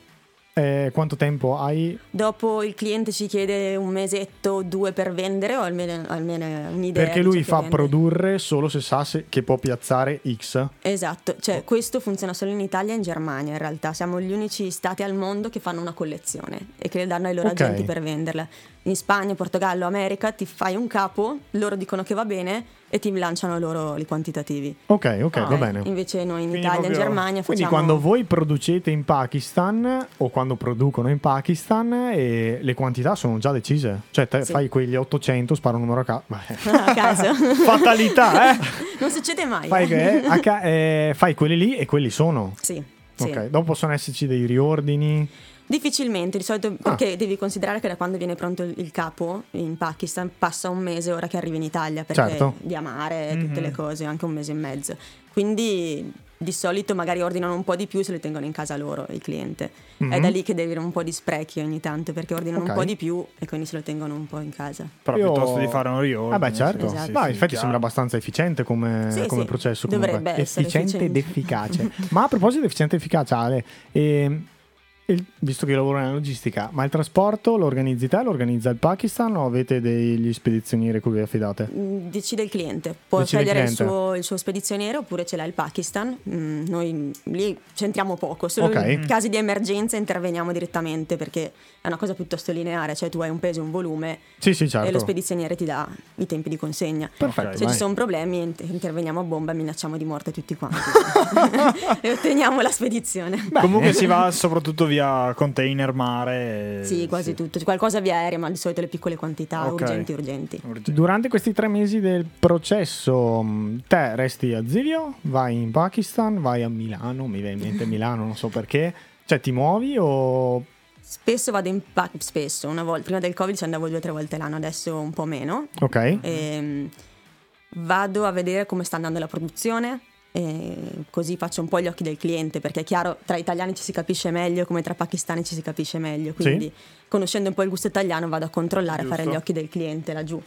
Speaker 4: eh, quanto tempo hai
Speaker 6: Dopo il cliente ci chiede un mesetto o due per vendere o almeno, almeno un'idea.
Speaker 4: Perché
Speaker 6: di ciò
Speaker 4: lui
Speaker 6: che
Speaker 4: fa
Speaker 6: vende.
Speaker 4: produrre solo se sa se- che può piazzare X.
Speaker 6: Esatto,
Speaker 4: Oh.
Speaker 6: cioè questo funziona solo in Italia e in Germania in realtà, siamo gli unici stati al mondo che fanno una collezione e che le danno ai loro
Speaker 4: Ok.
Speaker 6: agenti per venderla. In Spagna, Portogallo, America ti fai un capo, loro dicono che va bene e ti lanciano loro i quantitativi.
Speaker 4: Ok, ok, va
Speaker 6: Eh,
Speaker 4: bene.
Speaker 6: Invece noi in
Speaker 3: Quindi
Speaker 6: Italia e in
Speaker 3: proprio-
Speaker 6: Germania facciamo...
Speaker 4: Quindi quando voi producete in Pakistan o quando producono in Pakistan eh, le quantità sono già decise. Cioè te
Speaker 6: Sì.
Speaker 4: fai quegli 800, sparo un numero a eh, caso.
Speaker 6: a caso.
Speaker 4: Fatalità, eh?
Speaker 6: non succede mai.
Speaker 4: Fai,
Speaker 6: eh.
Speaker 4: que- a ca- eh, fai quelli lì e quelli sono.
Speaker 6: Sì. sì.
Speaker 4: Ok, dopo possono esserci dei riordini.
Speaker 6: Difficilmente, di
Speaker 4: Ah.
Speaker 6: solito perché devi considerare che da quando viene pronto il il capo in Pakistan passa un mese ora che arrivi in Italia perché
Speaker 4: Certo. Mhm.
Speaker 6: via mare, tutte le cose, anche un mese e mezzo. Quindi di solito magari ordinano un po' di più se le tengono in casa loro il cliente. È da lì che devi avere un po' di sprechi ogni tanto perché ordinano
Speaker 4: Mhm. Ok.
Speaker 6: un po' di più e quindi se lo tengono un po' in casa.
Speaker 3: Però
Speaker 4: Io-
Speaker 3: piuttosto di fare un riordino.
Speaker 4: Ah, beh, certo.
Speaker 6: Esatto.
Speaker 4: Ma infatti
Speaker 3: chiaro.
Speaker 4: sembra abbastanza efficiente come,
Speaker 6: Sì,
Speaker 4: come
Speaker 6: sì,
Speaker 4: processo. Comunque.
Speaker 6: dovrebbe essere
Speaker 4: efficiente ed
Speaker 6: efficiente.
Speaker 4: efficace. ma a proposito di efficiente ed efficace, Ale, ehm, il- visto che io lavoro nella logistica, ma il trasporto lo organizzi te, lo organizza il Pakistan o avete degli spedizionieri a cui vi affidate?
Speaker 6: Mm, Decide il cliente, può
Speaker 4: Decide il
Speaker 6: scegliere il,
Speaker 4: cliente.
Speaker 6: suo, il suo spedizioniere oppure ce l'ha il Pakistan. Mm, noi mm, lì c'entriamo poco, solo
Speaker 4: Ok. Mm.
Speaker 6: in casi di emergenza interveniamo direttamente perché è una cosa piuttosto lineare, cioè tu hai un peso e un volume
Speaker 4: Sì, sì,
Speaker 6: e lo
Speaker 4: certo.
Speaker 6: spedizioniere ti dà i tempi di consegna.
Speaker 4: Perfetto.
Speaker 6: Se
Speaker 4: vai.
Speaker 6: ci sono problemi int- interveniamo a bomba e minacciamo di morte tutti quanti e otteniamo la spedizione.
Speaker 3: Comunque si va soprattutto via container, mare. eh,
Speaker 6: Sì, quasi tutto, qualcosa via aerea, ma di solito le piccole quantità,
Speaker 3: Ok.
Speaker 6: urgenti, urgenti.
Speaker 3: Urgente.
Speaker 4: Durante questi tre mesi del processo, mh, te resti a Zivio, vai in Pakistan, vai a Milano, mi viene in mente Milano, non so perché. Cioè, ti muovi o
Speaker 6: Spesso vado in Pakistan, spesso, una volta, prima del Covid ci andavo due o tre volte l'anno, adesso un po' meno.
Speaker 4: Ok.
Speaker 6: Ehm, vado a vedere come sta andando la produzione, e così faccio un po' gli occhi del cliente, perché è chiaro, tra italiani ci si capisce meglio, come tra pakistani ci si capisce meglio, quindi conoscendo un po' il gusto italiano vado a controllare, a fare gli occhi del cliente laggiù.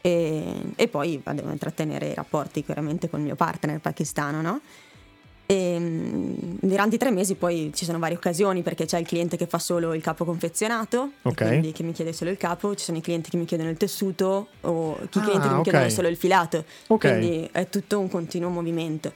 Speaker 6: E, e poi vado a intrattenere i rapporti chiaramente con il mio partner pakistano, no? E mm, durante i tre mesi poi ci sono varie occasioni perché c'è il cliente che fa solo il capo confezionato, e
Speaker 4: Ok.
Speaker 6: quindi che mi chiede solo il capo, ci sono i clienti che mi chiedono il tessuto o i
Speaker 4: Ah,
Speaker 6: clienti che mi
Speaker 4: ok.
Speaker 6: chiedono solo il filato,
Speaker 4: Ok.
Speaker 6: quindi è tutto un continuo movimento.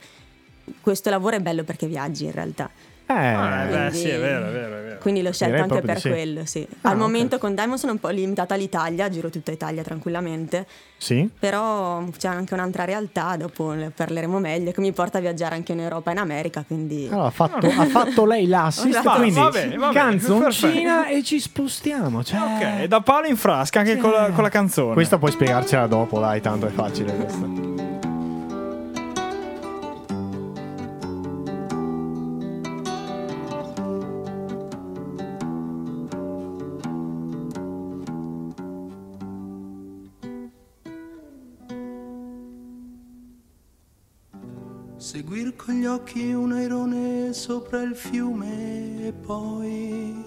Speaker 6: Questo lavoro è bello perché viaggi in realtà.
Speaker 4: Eh,
Speaker 3: Eh, beh,
Speaker 6: Quindi-
Speaker 3: sì, è vero, è vero, è vero.
Speaker 6: Quindi l'ho scelto
Speaker 4: Direi
Speaker 6: anche
Speaker 4: proprio
Speaker 6: per
Speaker 4: di sì.
Speaker 6: quello, sì.
Speaker 4: Ah,
Speaker 6: Al
Speaker 4: ok.
Speaker 6: momento con Diamond sono un po' limitata all'Italia, giro tutta Italia tranquillamente,
Speaker 4: sì.
Speaker 6: però c'è anche un'altra realtà, dopo ne parleremo meglio, che mi porta a viaggiare anche in Europa e in America, quindi...
Speaker 4: Allora, ha fatto, ha fatto lei l'assist,
Speaker 3: Esatto,
Speaker 4: quindi
Speaker 3: va bene, va bene,
Speaker 4: canzoncina e ci spostiamo. Cioè...
Speaker 3: Ok, da palo in frasca anche con la, con la canzone.
Speaker 4: Questa puoi spiegarcela dopo, dai, tanto è facile questa.
Speaker 1: Seguir con gli occhi un airone sopra il fiume e poi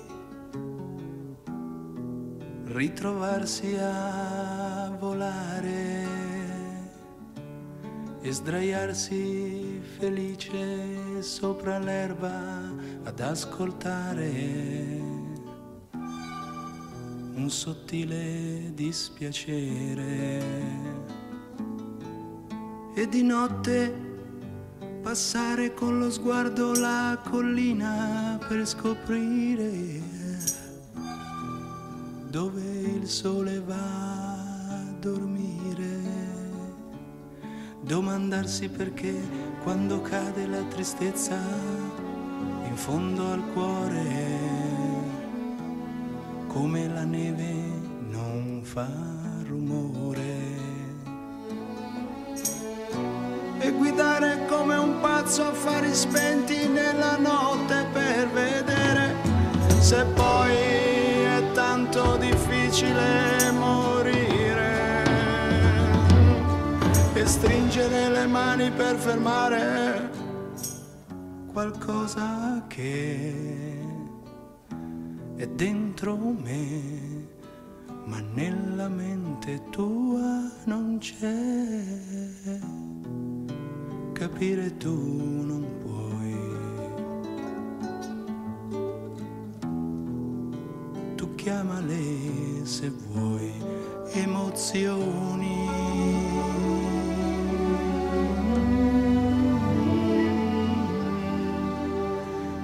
Speaker 1: ritrovarsi a volare e sdraiarsi felice sopra l'erba ad ascoltare un sottile dispiacere e di notte passare con lo sguardo la collina per scoprire dove il sole va a dormire. Domandarsi perché quando cade la tristezza in fondo al cuore, come la neve non fa rumore e guidare come un pazzo a fari spenti nella notte per vedere se poi è tanto difficile morire e stringere le mani per fermare qualcosa che è dentro me ma nella mente tua non c'è capire tu non puoi. Tu chiamale se vuoi emozioni.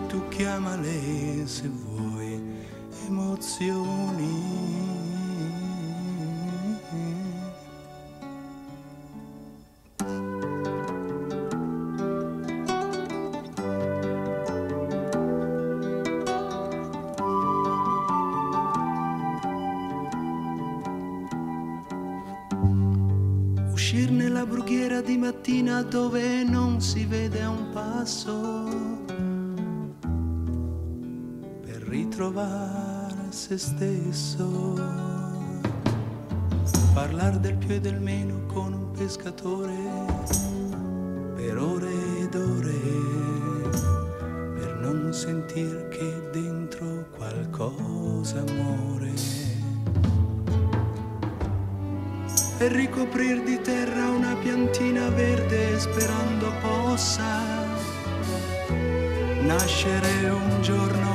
Speaker 1: Tu chiamale se vuoi emozioni. uscir nella brughiera di mattina dove non si vede un passo per ritrovare se stesso parlar del più e del meno con un pescatore per ore ed ore per non sentir che dentro qualcosa muore e ricoprir di terra una piantina verde sperando possa nascere un giorno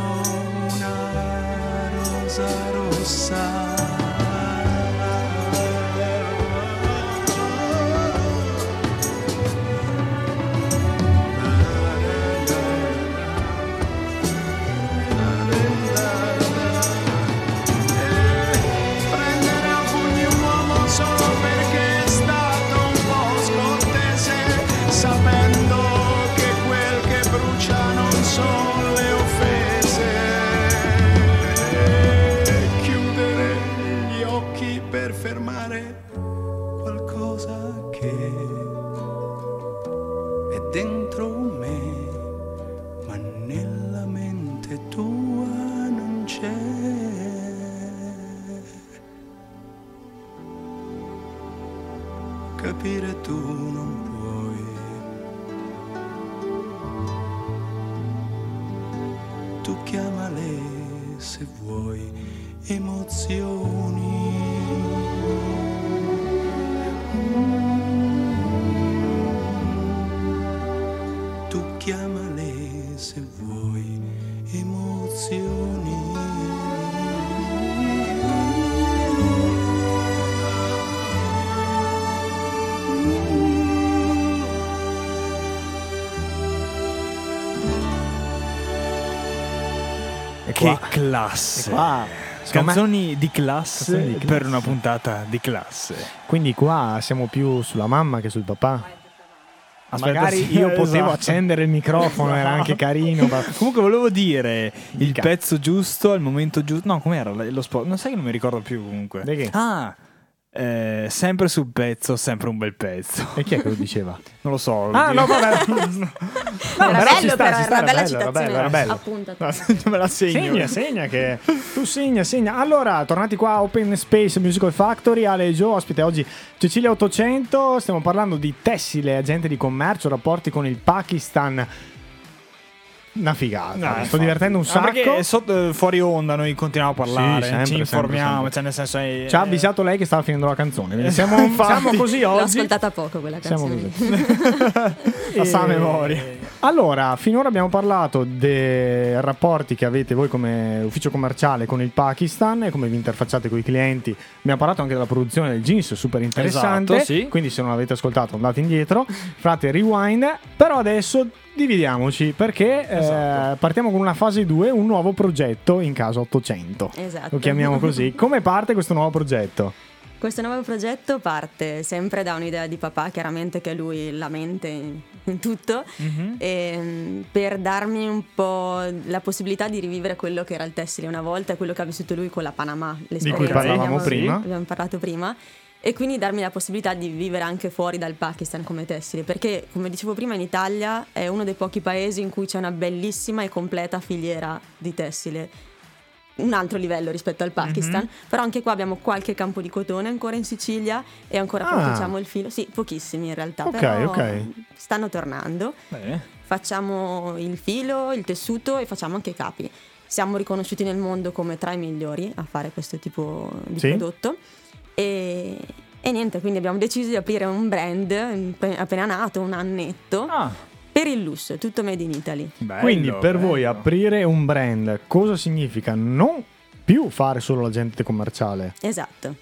Speaker 1: una rosa rossa. Prendere a pugni un uomo solo perché è stato un po' scortese, sapendo che quel che brucia non sono le offese. Chiudere gli occhi per fermare qualcosa che è dentro me, ma nella mente tua non c'è. capire tu non puoi. Tu chiamale se vuoi emozioni. Tu chiamale se vuoi emozioni.
Speaker 4: E
Speaker 3: Che
Speaker 4: qua.
Speaker 3: classe.
Speaker 4: qua. Secondo me-
Speaker 3: Canzoni di classe
Speaker 4: Canzoni di
Speaker 3: per
Speaker 4: classe.
Speaker 3: una puntata di classe.
Speaker 4: Quindi qua siamo più sulla mamma che sul papà.
Speaker 3: Aspetta,
Speaker 4: Ah, Magari
Speaker 3: sì,
Speaker 4: io potevo
Speaker 3: esatto.
Speaker 4: accendere il microfono, era anche carino. ma-
Speaker 3: Comunque volevo dire il
Speaker 4: Dica.
Speaker 3: pezzo giusto al momento giusto. No, com'era lo spot? Non sai che non mi ricordo più comunque.
Speaker 4: Di che?
Speaker 3: Ah, eh, sempre sul pezzo, sempre un bel pezzo.
Speaker 4: E chi è che lo diceva?
Speaker 3: Non lo so.
Speaker 4: Ah, no, vabbè.
Speaker 6: era
Speaker 4: però ci
Speaker 6: bello,
Speaker 4: sta,
Speaker 6: però
Speaker 4: ci
Speaker 6: era
Speaker 4: sta,
Speaker 6: una
Speaker 4: era
Speaker 6: bella
Speaker 4: bello, era bello, era
Speaker 6: citazione.
Speaker 4: bello.
Speaker 6: Appunto.
Speaker 3: me la segno.
Speaker 4: Segna, segna che tu segna, segna. Allora, tornati qua a Open Space Musical Factory, Ale e Joe, ospite oggi Cecilia 800, stiamo parlando di tessile, agente di commercio, rapporti con il Pakistan. Una figata,
Speaker 3: No,
Speaker 4: mi sto
Speaker 3: infatti.
Speaker 4: divertendo un
Speaker 3: Ah,
Speaker 4: sacco.
Speaker 3: perché sotto- eh, fuori onda noi continuiamo a parlare, eh,
Speaker 4: Sì, sempre,
Speaker 3: ci
Speaker 4: sempre,
Speaker 3: informiamo,
Speaker 4: sempre.
Speaker 3: cioè nel senso eh,
Speaker 4: Ci ha avvisato lei che stava finendo la canzone. quindi Siamo,
Speaker 3: Infatti.
Speaker 4: siamo così
Speaker 6: L'ho
Speaker 4: oggi.
Speaker 6: ascoltata poco quella
Speaker 4: Siamo
Speaker 6: canzone. lì.
Speaker 3: la sa
Speaker 4: E-
Speaker 3: memoria.
Speaker 4: Allora, finora abbiamo parlato dei rapporti che avete voi come ufficio commerciale con il Pakistan e come vi interfacciate con i clienti. Abbiamo parlato anche della produzione del jeans, super interessante.
Speaker 3: Esatto, sì.
Speaker 4: Quindi se non l'avete ascoltato andate indietro, fate rewind. Però adesso dividiamoci perché eh,
Speaker 3: Esatto.
Speaker 4: partiamo con una fase 2, un nuovo progetto in casa 800.
Speaker 6: Esatto.
Speaker 4: Lo chiamiamo così. Come parte questo nuovo progetto?
Speaker 6: Questo nuovo progetto parte sempre da un'idea di papà, chiaramente che è lui la mente in, in tutto,
Speaker 4: Mhm.
Speaker 6: e, mm, per darmi un po' la possibilità di rivivere quello che era il tessile una volta e quello che ha vissuto lui con la Panama,
Speaker 4: Di cui
Speaker 6: l'esperienza che
Speaker 4: parlavamo
Speaker 6: abbiamo-
Speaker 4: prima.
Speaker 6: abbiamo parlato prima. E quindi darmi la possibilità di vivere anche fuori dal Pakistan come tessile, perché come dicevo prima in Italia è uno dei pochi paesi in cui c'è una bellissima e completa filiera di tessile un altro livello rispetto al Pakistan,
Speaker 4: Mhm.
Speaker 6: però anche qua abbiamo qualche campo di cotone ancora in Sicilia e ancora
Speaker 4: Ah.
Speaker 6: facciamo il filo, sì, pochissimi in realtà,
Speaker 4: Ok,
Speaker 6: però
Speaker 4: ok.
Speaker 6: stanno tornando.
Speaker 3: Bene.
Speaker 6: Facciamo il filo, il tessuto e facciamo anche i capi. Siamo riconosciuti nel mondo come tra i migliori a fare questo tipo di
Speaker 4: Sì.
Speaker 6: prodotto e, e niente, quindi abbiamo deciso di aprire un brand eh, appena nato, un annetto,
Speaker 3: Ah,
Speaker 6: per il lusso, tutto made in Italy.
Speaker 3: bello,
Speaker 4: Quindi per
Speaker 3: bello.
Speaker 4: voi aprire un brand cosa significa? Non più fare solo l'agente commerciale.
Speaker 6: Esatto.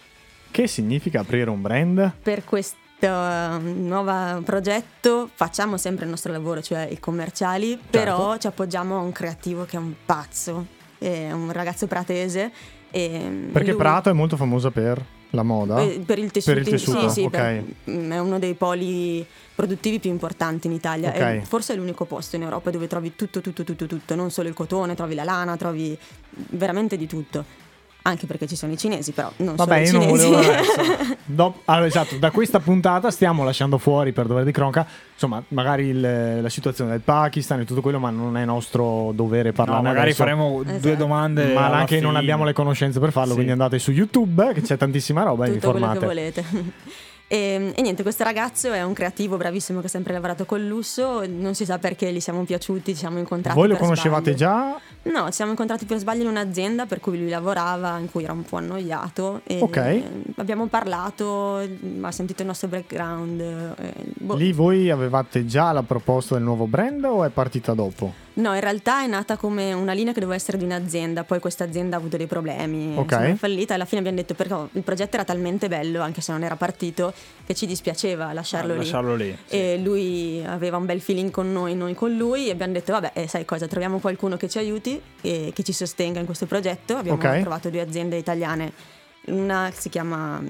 Speaker 4: Che significa aprire un brand?
Speaker 6: per questo eh, nuovo progetto facciamo sempre il nostro lavoro, cioè i commerciali,
Speaker 4: Certo.
Speaker 6: però ci appoggiamo a un creativo che è un pazzo, è un ragazzo pratese. e
Speaker 4: Perché
Speaker 6: lui-
Speaker 4: Prato è molto famosa per la moda.
Speaker 6: eh, per il tessuto,
Speaker 4: Ah? Per il tessuto,
Speaker 6: sì, sì, per-
Speaker 4: ok.
Speaker 6: mm, è uno dei poli produttivi più importanti in Italia. È
Speaker 4: Ok.
Speaker 6: forse è l'unico posto in Europa dove trovi tutto, tutto, tutto, tutto, non solo il cotone, trovi la lana, trovi veramente di tutto. Anche perché ci sono i cinesi, però non
Speaker 4: Vabbè, io
Speaker 6: solo
Speaker 4: non
Speaker 6: i cinesi.
Speaker 4: volevo... adesso. Dopo- allora, esatto, da questa puntata stiamo lasciando fuori per dovere di cronaca, insomma, magari il- la situazione del Pakistan e tutto quello, ma non è nostro dovere
Speaker 3: No,
Speaker 4: parlare
Speaker 3: magari
Speaker 4: adesso.
Speaker 3: faremo due
Speaker 6: Esatto.
Speaker 3: domande
Speaker 4: ma
Speaker 3: alla
Speaker 4: anche non
Speaker 3: fine.
Speaker 4: abbiamo le conoscenze per farlo,
Speaker 3: Sì.
Speaker 4: quindi andate su YouTube che c'è tantissima roba e vi
Speaker 6: tutto quello che
Speaker 4: informate.
Speaker 6: volete. Ehm, E, e niente, questo ragazzo è un creativo bravissimo che ha sempre lavorato col lusso, non si sa perché gli siamo piaciuti, ci siamo incontrati.
Speaker 4: Voi lo
Speaker 6: per
Speaker 4: conoscevate
Speaker 6: sbaglio.
Speaker 4: già?
Speaker 6: No, ci siamo incontrati per sbaglio in un'azienda per cui lui lavorava, in cui era un po' annoiato. E
Speaker 4: Ok.
Speaker 6: eh, abbiamo parlato, mh, ha sentito il nostro background. eh, boh.
Speaker 4: Lì voi avevate già la proposta del nuovo brand o è partita dopo?
Speaker 6: No, in realtà è nata come una linea che doveva essere di un'azienda, poi questa azienda ha avuto dei problemi,
Speaker 4: Ok.
Speaker 6: insomma, è fallita e alla fine abbiamo detto perché il progetto era talmente bello, anche se non era partito, che ci dispiaceva
Speaker 4: Ah,
Speaker 6: lasciarlo lì.
Speaker 3: Lasciarlo lì. sì.
Speaker 6: E lui aveva un bel feeling con noi, noi con lui e abbiamo detto vabbè eh, sai cosa, troviamo qualcuno che ci aiuti e che ci sostenga in questo progetto. Abbiamo
Speaker 4: Ok.
Speaker 6: trovato due aziende italiane, una si chiama mm,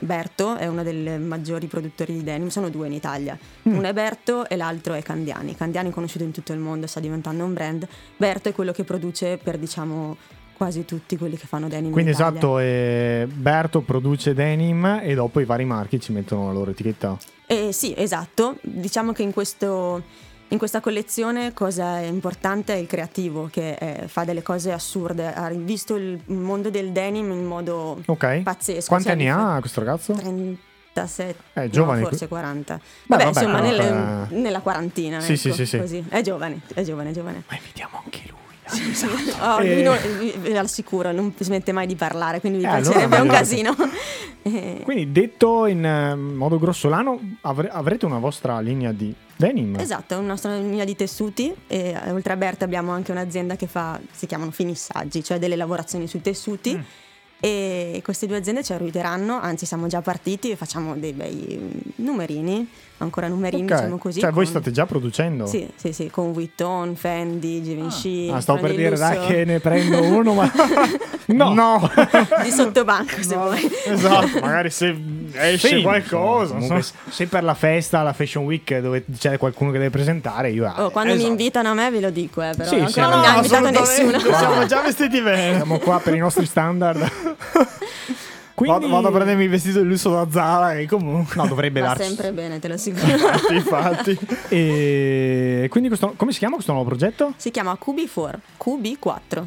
Speaker 6: Berto, è una delle maggiori produttori di denim, sono due in Italia,
Speaker 4: Mm.
Speaker 6: una è Berto e l'altro è Candiani. Candiani è conosciuto in tutto il mondo, sta diventando un brand. Berto è quello che produce per diciamo quasi tutti quelli che fanno denim. in
Speaker 4: Quindi
Speaker 6: Italia.
Speaker 4: esatto, eh, Berto produce denim e dopo i vari marchi ci mettono la loro etichetta.
Speaker 6: Eh, sì, esatto. Diciamo che in, questo- in questa collezione cosa è importante è il creativo che eh, fa delle cose assurde. Ha visto il mondo del denim in modo
Speaker 4: Ok.
Speaker 6: pazzesco.
Speaker 4: Quanti
Speaker 6: Cioè,
Speaker 4: anni
Speaker 6: fa-
Speaker 4: ha questo ragazzo?
Speaker 6: 37,
Speaker 4: È giovane.
Speaker 6: no, forse 40.
Speaker 4: Eh, Beh,
Speaker 6: vabbè,
Speaker 4: vabbè,
Speaker 6: insomma,
Speaker 4: comunque-
Speaker 6: nel- nella quarantina.
Speaker 4: Sì,
Speaker 6: ecco,
Speaker 4: sì, sì, sì.
Speaker 6: Così. È giovane, è giovane, è giovane.
Speaker 4: Ma invitiamo anche lui.
Speaker 6: Oh,
Speaker 4: Eh.
Speaker 6: lui non- vi- ve lo assicuro, non smette mai di parlare, quindi vi
Speaker 4: Eh, allora
Speaker 6: piacerebbe un
Speaker 4: magari-
Speaker 6: casino. Eh,
Speaker 4: Quindi detto in eh, modo grossolano, avre- avrete una vostra linea di denim.
Speaker 6: Esatto, è una nostra linea di tessuti e eh, oltre a Berta abbiamo anche un'azienda che fa, si chiamano finissaggi, cioè delle lavorazioni sui tessuti
Speaker 4: Mm.
Speaker 6: e queste due aziende ci arriveranno, anzi siamo già partiti e facciamo dei bei mm, numerini, ancora numerini
Speaker 4: Ok.
Speaker 6: diciamo così.
Speaker 4: Cioè voi
Speaker 6: con-
Speaker 4: state già producendo?
Speaker 6: Sì, sì, sì, con Vuitton, Fendi, Givenchy.
Speaker 4: Ah, stavo per
Speaker 6: Giovanni
Speaker 4: dire dai
Speaker 6: Lusso.
Speaker 4: che ne prendo uno, ma no. no.
Speaker 6: Di sottobanco se vuoi.
Speaker 4: Esatto, magari se esce
Speaker 3: Sì,
Speaker 4: qualcosa.
Speaker 3: insomma.
Speaker 4: insomma. se per la festa, la Fashion Week, dove c'è qualcuno che deve presentare, io
Speaker 6: Oh, quando
Speaker 3: Esatto.
Speaker 6: mi invitano a me ve lo dico, eh, però
Speaker 4: Sì, sì,
Speaker 6: ancora
Speaker 4: no,
Speaker 6: non mi ha invitato
Speaker 3: assolutamente,
Speaker 6: nessuno.
Speaker 3: Siamo già vestiti bene.
Speaker 4: siamo qua per i nostri standard.
Speaker 3: Quindi...
Speaker 4: Vado, vado a prendermi il vestito di lusso da Zara e comunque... No, dovrebbe
Speaker 6: Va
Speaker 4: darci.
Speaker 6: sempre bene, te lo assicuro.
Speaker 4: Infatti. e quindi questo... Come si chiama
Speaker 6: Ah.
Speaker 4: questo nuovo progetto?
Speaker 6: si chiama QB4, QB4.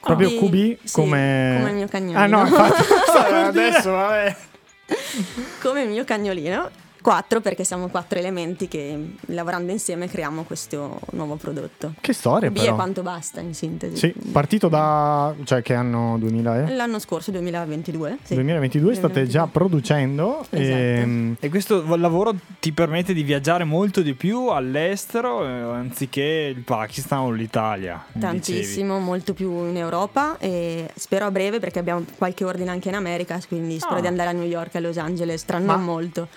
Speaker 4: Proprio QB
Speaker 6: sì,
Speaker 4: come...
Speaker 6: come il mio cagnolino.
Speaker 4: Ah no, infatti. stavo per dire. adesso, vabbè.
Speaker 6: come il mio cagnolino. Quattro perché siamo quattro elementi che lavorando insieme creiamo questo nuovo prodotto.
Speaker 4: Che storia
Speaker 6: B
Speaker 4: però.
Speaker 6: è quanto basta in sintesi.
Speaker 4: Sì, partito da... Cioè che anno 2000 eh?
Speaker 6: L'anno scorso, 2022. sì. Esatto.
Speaker 4: 2022 state già producendo. ehm,
Speaker 3: E questo v- lavoro ti permette di viaggiare molto di più all'estero eh, anziché il Pakistan o l'Italia. mi dicevi.
Speaker 6: Tantissimo, molto più in Europa e spero a breve perché abbiamo qualche ordine anche in America, quindi spero
Speaker 3: Ah.
Speaker 6: di andare a New York e a Los Angeles, tra non molto.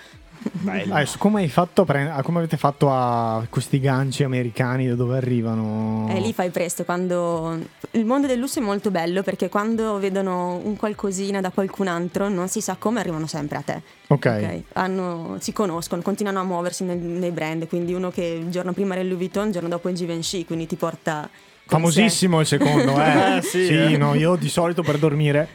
Speaker 3: Bello.
Speaker 4: Adesso, come, hai fatto a pre- a- come avete fatto a questi ganci americani da dove arrivano?
Speaker 6: E Eh, lì fai presto, quando... Il mondo del lusso è molto bello perché quando vedono un qualcosina da qualcun altro non si sa come arrivano sempre a te.
Speaker 4: Ok.
Speaker 6: Ok? Hanno- si conoscono, continuano a muoversi nel- nei brand, quindi uno che il giorno prima era il Louis Vuitton, il giorno dopo il Givenchy, quindi ti porta... con sé.
Speaker 4: Famosissimo il secondo, eh?
Speaker 3: Eh, sì,
Speaker 4: sì,
Speaker 3: eh.
Speaker 4: no, io di solito per dormire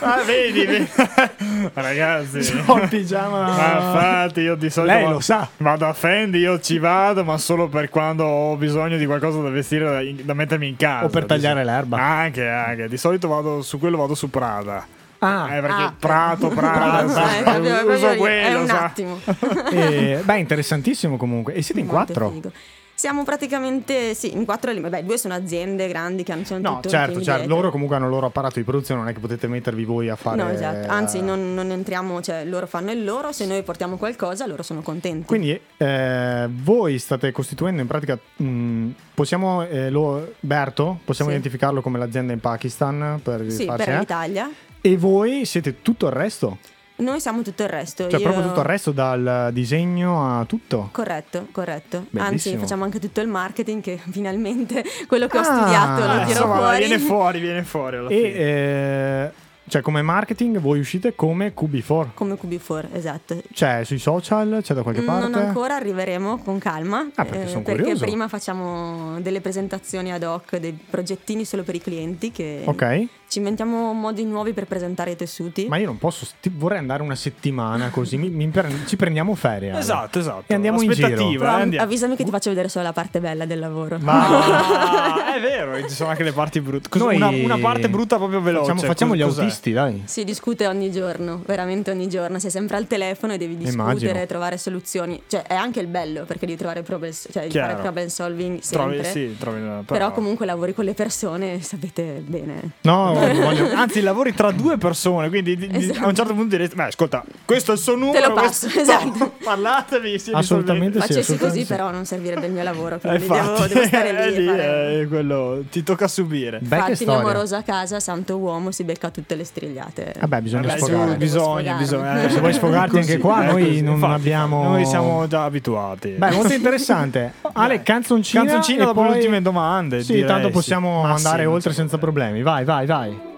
Speaker 3: Ah, vedi, vedi. ragazzi.
Speaker 4: ho il pigiama.
Speaker 3: infatti io di solito
Speaker 4: Ah. Lei
Speaker 3: va-
Speaker 4: lo sa.
Speaker 3: vado a Fendi io ci vado ma solo per quando ho bisogno di qualcosa da vestire da, in- da mettermi in casa
Speaker 4: O per
Speaker 3: Di
Speaker 4: tagliare
Speaker 3: solito.
Speaker 4: l'erba.
Speaker 3: anche anche di solito vado su quello vado su Prada
Speaker 4: Ah,
Speaker 3: eh, perché
Speaker 6: Ah.
Speaker 3: Prato Prada
Speaker 6: Ah, è proprio-
Speaker 3: sai,
Speaker 6: è proprio
Speaker 3: uso
Speaker 6: lì, è
Speaker 3: quello
Speaker 6: un
Speaker 3: sa.
Speaker 6: attimo.
Speaker 4: eh, beh, interessantissimo comunque. E siete in
Speaker 6: Molto
Speaker 4: quattro?
Speaker 6: figo. Siamo praticamente, sì, in quattro elementi. Beh, due sono aziende grandi che hanno sono
Speaker 4: No,
Speaker 6: tutto un
Speaker 4: certo,
Speaker 6: team
Speaker 4: certo.
Speaker 6: dietro.
Speaker 4: Loro comunque hanno il loro apparato di produzione, non è che potete mettervi voi a fare... eh,
Speaker 6: No, esatto. Anzi, non, non entriamo, cioè loro fanno il loro, se noi portiamo qualcosa loro sono contenti.
Speaker 4: Quindi eh, voi state costituendo in pratica, mh, possiamo, eh, lo- Berto, possiamo
Speaker 6: Sì.
Speaker 4: identificarlo come l'azienda in Pakistan per
Speaker 6: sì,
Speaker 4: farci,
Speaker 6: per
Speaker 4: eh?
Speaker 6: l'Italia.
Speaker 4: E voi siete tutto il resto,
Speaker 6: Noi siamo tutto il resto.
Speaker 4: cioè
Speaker 6: io-
Speaker 4: proprio tutto il resto dal disegno a tutto.
Speaker 6: Corretto, corretto.
Speaker 4: Bellissimo.
Speaker 6: Anzi, facciamo anche tutto il marketing che finalmente quello che ho
Speaker 4: Ah,
Speaker 6: studiato lo
Speaker 4: eh,
Speaker 6: tiro
Speaker 4: insomma,
Speaker 6: fuori.
Speaker 3: fuori viene fuori alla
Speaker 4: E eh, cioè come marketing voi uscite come QB4,
Speaker 6: Come QB4, esatto.
Speaker 4: cioè sui social, c'è da qualche parte?
Speaker 6: Non ancora, arriveremo con calma. eh,
Speaker 4: Ah, perché son curioso.
Speaker 6: prima facciamo delle presentazioni ad hoc, dei progettini solo per i clienti. Che
Speaker 4: Ok,
Speaker 6: ci inventiamo modi nuovi per presentare i tessuti.
Speaker 4: ma io non posso, sti- vorrei andare una settimana così, mi- mi pre- ci prendiamo ferie. allora.
Speaker 3: esatto esatto
Speaker 4: E andiamo in giro.
Speaker 3: Aspettativa,
Speaker 6: Però
Speaker 3: eh, andiamo.
Speaker 6: avvisami che ti faccio vedere solo la parte bella del lavoro.
Speaker 3: Ah, è vero, ci sono anche le parti brutte. Cos-
Speaker 4: Noi-
Speaker 3: una, una parte brutta proprio veloce.
Speaker 4: Facciamo, facciamo
Speaker 3: cos-
Speaker 4: gli
Speaker 3: cos'è?
Speaker 4: autisti, dai.
Speaker 6: Si discute ogni giorno, veramente ogni giorno. Sei sempre al telefono e devi discutere,
Speaker 4: Immagino.
Speaker 6: trovare soluzioni. Cioè, è anche il bello perché di trovare problem, cioè, di
Speaker 3: Chiaro.
Speaker 6: fare problem solving sempre.
Speaker 3: Trovi, sì, trovi una-
Speaker 6: Però comunque lavori con le persone, sapete bene.
Speaker 4: No, voglio,
Speaker 3: Voglio- Anzi, lavori tra due persone, quindi di- di-
Speaker 6: Esatto.
Speaker 3: a un certo punto diresti: Beh, ascolta, questo è il suo numero.
Speaker 6: passo,
Speaker 3: questo-
Speaker 6: esatto.
Speaker 3: Parlatemi. si
Speaker 4: Assolutamente sì,
Speaker 6: Facessi
Speaker 4: assolutamente
Speaker 6: così,
Speaker 4: sì.
Speaker 6: però, non servirebbe il mio lavoro.
Speaker 3: risolve. Eh,
Speaker 6: Quindi devo, devo stare
Speaker 3: è
Speaker 6: lì. e fare-
Speaker 3: eh, quello ti tocca subire.
Speaker 4: Beh, che
Speaker 6: Infatti, mio
Speaker 4: storia.
Speaker 6: amoroso a casa, santo uomo, si becca tutte le strigliate.
Speaker 4: Vabbè, bisogna
Speaker 3: Vabbè,
Speaker 4: sfogare.
Speaker 3: su, bisogna,
Speaker 6: Devo
Speaker 3: bisogna.
Speaker 6: sfogarmi.
Speaker 3: eh,
Speaker 4: Se vuoi sfogarti anche qua, noi
Speaker 3: così,
Speaker 4: non abbiamo-
Speaker 3: Noi siamo già abituati.
Speaker 4: Beh, molto interessante. Ale, canzoncina.
Speaker 3: Canzoncina
Speaker 4: e
Speaker 3: dopo
Speaker 4: poi-
Speaker 3: le ultime domande.
Speaker 4: Sì,
Speaker 3: direi,
Speaker 4: tanto
Speaker 3: eh, sì.
Speaker 4: possiamo
Speaker 3: Ma sì,
Speaker 4: andare
Speaker 3: non
Speaker 4: oltre
Speaker 3: c'è
Speaker 4: senza
Speaker 3: problema.
Speaker 4: problemi. Vai, vai, vai.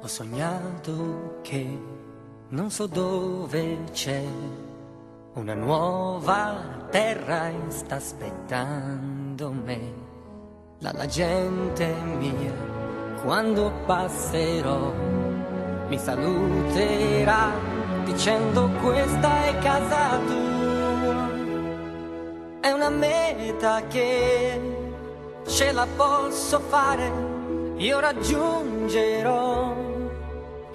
Speaker 8: Ho sognato che non so dove c'è una nuova terra e sta aspettando me dalla gente mia quando passerò mi saluterà dicendo questa è casa tua è una meta che ce la posso fare, io raggiungerò,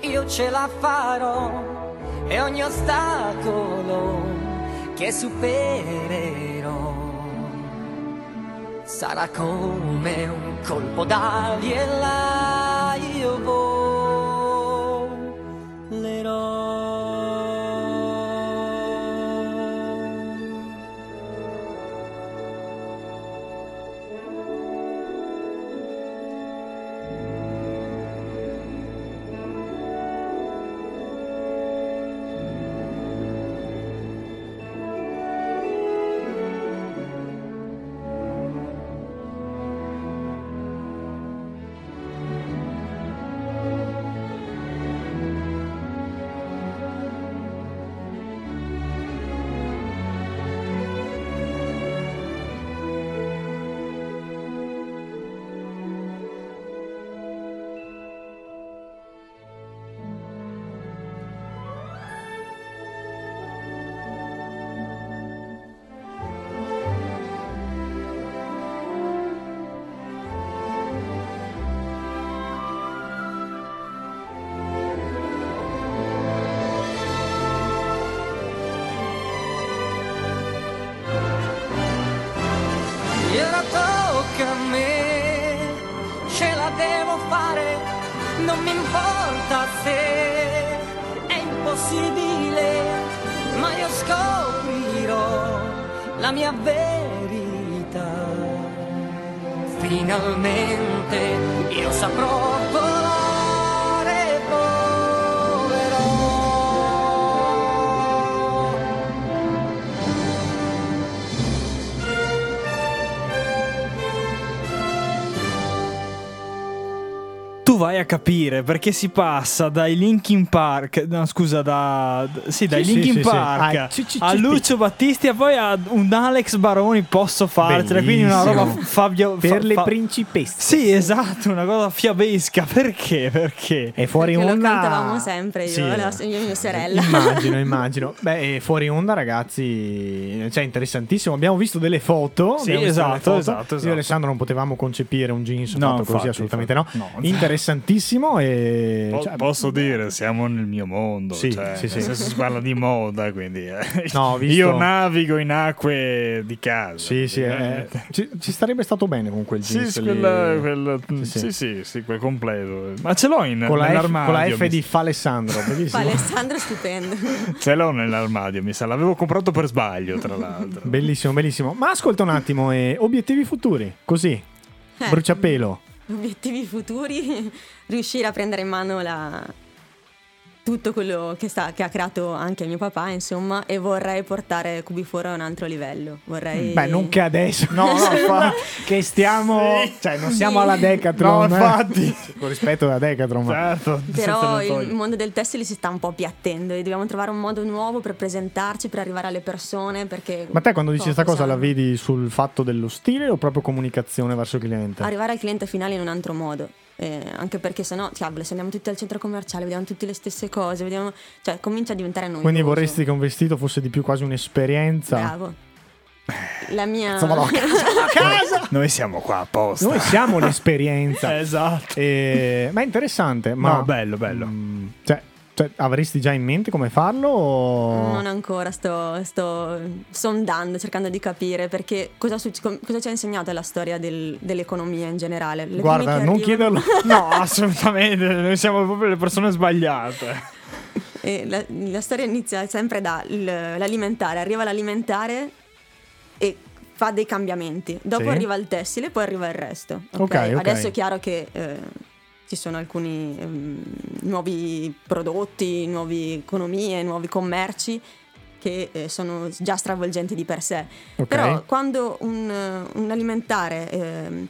Speaker 8: io ce la farò e ogni ostacolo che supererò sarà come un colpo d'ali e là io volerò. se la tocca a me, ce la devo fare, non mi importa se è impossibile, ma io scoprirò la mia verità. Finalmente io saprò volare, proverò.
Speaker 3: Tu vai a capire perché si passa dai Linkin Park, no, scusa, da, d- sì, dai
Speaker 4: Sì, sì,
Speaker 3: Linkin
Speaker 4: sì, sì. Ah,
Speaker 3: Park
Speaker 4: ci- ci-
Speaker 3: a
Speaker 4: ci-
Speaker 3: Lucio Battisti e poi a un Alex Baroni. Posso farcela, quindi una roba
Speaker 4: Bellissimo.
Speaker 3: Fabio
Speaker 4: Per
Speaker 3: fa-
Speaker 4: le
Speaker 3: fa-
Speaker 4: principesse.
Speaker 3: Sì, esatto, una cosa fiabesca. Perché? Perché?
Speaker 4: E fuori
Speaker 6: Perché lo
Speaker 4: onda.
Speaker 6: cantavamo sempre io, la- io e mia sorella.
Speaker 4: Immagino, immagino. Beh, e fuori onda, ragazzi, cioè interessantissimo. Abbiamo visto delle foto.
Speaker 3: Sì,
Speaker 4: abbiamo visto
Speaker 3: esatto,
Speaker 4: delle foto.
Speaker 3: esatto,
Speaker 4: Io
Speaker 3: esatto.
Speaker 4: e Alessandro non potevamo concepire un jeans
Speaker 3: No,
Speaker 4: fatto
Speaker 3: infatti,
Speaker 4: così, assolutamente
Speaker 3: infatti.
Speaker 4: no.
Speaker 3: No.
Speaker 4: Interessantissimo. E
Speaker 9: Po-
Speaker 4: cioè,
Speaker 9: posso dire, siamo nel mio mondo.
Speaker 4: Sì,
Speaker 9: cioè,
Speaker 4: sì, sì.
Speaker 9: nel senso, si parla di moda, quindi eh.
Speaker 4: No, ho visto-
Speaker 9: io navigo in acque di casa.
Speaker 4: Sì, sì, eh,
Speaker 9: Eh,
Speaker 4: ci, ci starebbe stato bene con quel
Speaker 9: Sì,
Speaker 4: jeans.
Speaker 9: sì,
Speaker 4: lì.
Speaker 9: quella- quella-
Speaker 4: Sì,
Speaker 9: sì,
Speaker 4: sì.
Speaker 9: sì, sì, quel completo. Ma ce l'ho in,
Speaker 4: Con la, F,
Speaker 9: nell'armadio.
Speaker 4: con la F
Speaker 9: mi-
Speaker 4: di Falessandro,
Speaker 6: Fa
Speaker 4: bellissimo.
Speaker 6: Alessandro è stupendo.
Speaker 9: Ce l'ho nell'armadio, mi sa. L'avevo comprato per sbaglio, tra l'altro.
Speaker 4: Bellissimo, bellissimo. Ma ascolta un attimo, eh, obiettivi futuri, così,
Speaker 6: Eh,
Speaker 4: bruciapelo.
Speaker 6: Obiettivi futuri, riuscire a prendere in mano la- tutto quello che, sta- che ha creato anche mio papà, insomma, e vorrei portare Cubiforo a un altro livello. Vorrei...
Speaker 4: Mm. Beh, non che adesso, no, no, fa- che stiamo, cioè, non siamo alla Decathlon.
Speaker 9: No, infatti.
Speaker 4: eh. Con rispetto alla Decathlon, ma-
Speaker 9: Certo, senza
Speaker 6: Però
Speaker 9: non
Speaker 6: il
Speaker 9: togliere.
Speaker 6: mondo del tessile si sta un po' appiattendo e dobbiamo trovare un modo nuovo per presentarci, per arrivare alle persone, perché...
Speaker 4: Ma te quando dici questa
Speaker 6: questa
Speaker 4: cosa la vedi sul fatto dello stile o proprio comunicazione verso il cliente?
Speaker 6: Arrivare al cliente finale in un altro modo. Eh, anche perché sennò, cavolo, se andiamo tutti al centro commerciale, vediamo tutte le stesse cose, vediamo... Cioè, comincia a diventare noioso.
Speaker 4: Quindi vorresti che un vestito fosse di più quasi un'esperienza.
Speaker 6: Bravo. La mia...
Speaker 4: Insomma, no, a casa!
Speaker 9: Noi siamo qua apposta.
Speaker 4: Noi siamo l'esperienza.
Speaker 9: Esatto.
Speaker 4: Eh, ma è interessante. Ma
Speaker 9: No, bello, bello.
Speaker 4: Mm, cioè, cioè, avresti già in mente come farlo? O...
Speaker 6: Non ancora, sto, sto sondando, cercando di capire perché cosa, succe- com- cosa ci ha insegnato la storia del- dell'economia in generale. Le prime
Speaker 4: Guarda,
Speaker 6: che
Speaker 4: non
Speaker 6: arrivano-
Speaker 4: chiederlo.
Speaker 3: No, assolutamente, noi siamo proprio le persone sbagliate.
Speaker 6: Eh, la, la storia inizia sempre dall'alimentare, arriva l'alimentare e fa dei cambiamenti, dopo
Speaker 4: Sì.
Speaker 6: arriva il tessile, poi arriva il resto. ok?
Speaker 4: Ok, ok.
Speaker 6: Adesso è chiaro che eh, ci sono alcuni ehm, nuovi prodotti, nuove economie, nuovi commerci che eh, sono già stravolgenti di per sé.
Speaker 4: Ok.
Speaker 6: Però quando un, un alimentare ehm,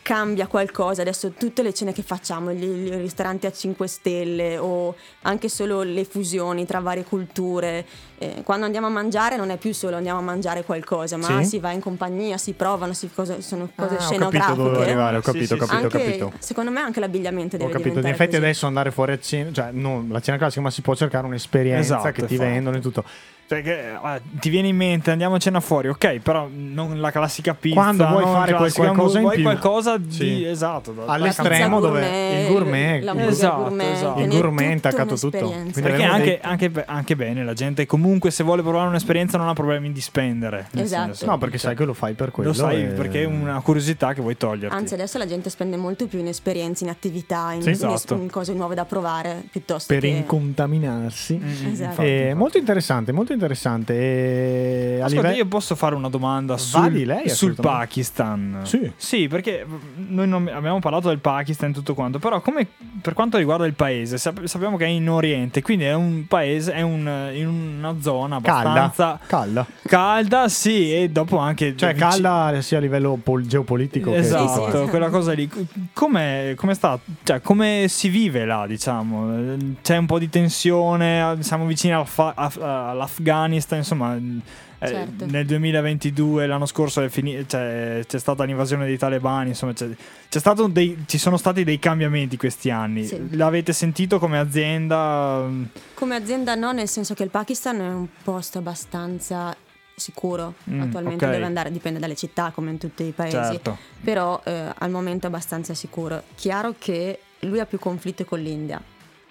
Speaker 6: cambia qualcosa, adesso tutte le cene che facciamo, gli, gli ristoranti a 5 stelle o anche solo le fusioni tra varie culture, eh, quando andiamo a mangiare non è più solo andiamo a mangiare qualcosa, ma
Speaker 4: Sì.
Speaker 6: si va in compagnia, si provano, si cosa- sono cose
Speaker 4: Ah, ho capito
Speaker 6: scenografiche.
Speaker 4: dove volevo arrivare, ho
Speaker 3: Sì,
Speaker 4: capito,
Speaker 3: sì,
Speaker 4: ho capito, ho
Speaker 6: Anche-
Speaker 4: capito.
Speaker 6: Secondo me anche l'abbigliamento
Speaker 4: Ho
Speaker 6: deve
Speaker 4: capito, in
Speaker 6: diventare
Speaker 4: effetti
Speaker 6: così.
Speaker 4: adesso andare fuori a cena, cioè non la cena classica, ma si può cercare un'esperienza
Speaker 3: Esatto,
Speaker 4: che ti
Speaker 3: infatti.
Speaker 4: vendono e tutto.
Speaker 3: Cioè, che, ah, ti viene in mente, andiamo a cena fuori, ok, però non la classica pizza.
Speaker 4: Quando vuoi
Speaker 3: non
Speaker 4: fare
Speaker 3: la classica
Speaker 4: qualcosa in
Speaker 3: vuoi
Speaker 4: più.
Speaker 3: qualcosa di
Speaker 4: Sì.
Speaker 3: esatto. da-
Speaker 4: All'estremo
Speaker 6: La pizza
Speaker 4: dove il gourmet,
Speaker 6: l'hamburger
Speaker 3: Esatto,
Speaker 6: gourmet,
Speaker 3: esatto.
Speaker 4: Il
Speaker 6: tenere
Speaker 4: gourmet ha
Speaker 6: tutta
Speaker 4: intaccato tutto.
Speaker 6: un'esperienza.
Speaker 4: Quindi
Speaker 3: Perché
Speaker 4: Avevamo
Speaker 3: anche,
Speaker 4: detto-
Speaker 3: anche, be- anche bene, la gente comunque se vuole provare un'esperienza non ha problemi di spendere. Nel
Speaker 6: Esatto.
Speaker 3: senso,
Speaker 4: No, perché
Speaker 3: cioè,
Speaker 4: sai che lo fai per quello.
Speaker 3: Lo sai
Speaker 4: e-
Speaker 3: perché è una curiosità che vuoi toglierti.
Speaker 6: Anzi, adesso la gente spende molto più in esperienze, in attività, in,
Speaker 4: Sì,
Speaker 6: in-
Speaker 3: esatto.
Speaker 6: in cose nuove da provare piuttosto
Speaker 4: per
Speaker 6: che
Speaker 4: incontaminarsi.
Speaker 6: Esatto.
Speaker 4: Eh, molto interessante, molto interessante. E a
Speaker 3: Ascolta,
Speaker 4: live-
Speaker 3: io posso fare una domanda
Speaker 4: Vai
Speaker 3: sul,
Speaker 4: di lei,
Speaker 3: sul
Speaker 4: assolutamente.
Speaker 3: Pakistan.
Speaker 4: Sì.
Speaker 3: perché noi non abbiamo parlato del Pakistan e tutto quanto, però come, per quanto riguarda il paese, sap- sappiamo che è in Oriente, quindi è un paese, è un- in una zona
Speaker 4: calda,
Speaker 3: abbastanza
Speaker 4: calda.
Speaker 3: calda, sì, e dopo anche...
Speaker 4: Cioè
Speaker 3: vicino-
Speaker 4: calda sia a livello pol- geopolitico che
Speaker 3: Esatto,
Speaker 6: Sì, sì, sì.
Speaker 3: quella cosa lì. Com'è, com'è sta? Cioè, come si vive là, diciamo? C'è un po' di tensione, siamo vicini al fa- af- all'Afghanistan, insomma. eh,
Speaker 6: Certo.
Speaker 3: Nel 2022, l'anno scorso, è fini- cioè, c'è stata l'invasione dei talebani, insomma, c'è, c'è stato dei- ci sono stati dei cambiamenti questi anni.
Speaker 6: Sì.
Speaker 3: L'avete sentito come azienda?
Speaker 6: Come azienda no, nel senso che il Pakistan è un posto abbastanza sicuro
Speaker 3: Mm,
Speaker 6: attualmente
Speaker 3: ok.
Speaker 6: deve andare, dipende dalle città come in tutti i paesi,
Speaker 3: Certo.
Speaker 6: però eh, al momento è abbastanza sicuro. Chiaro che lui ha più conflitto con l'India,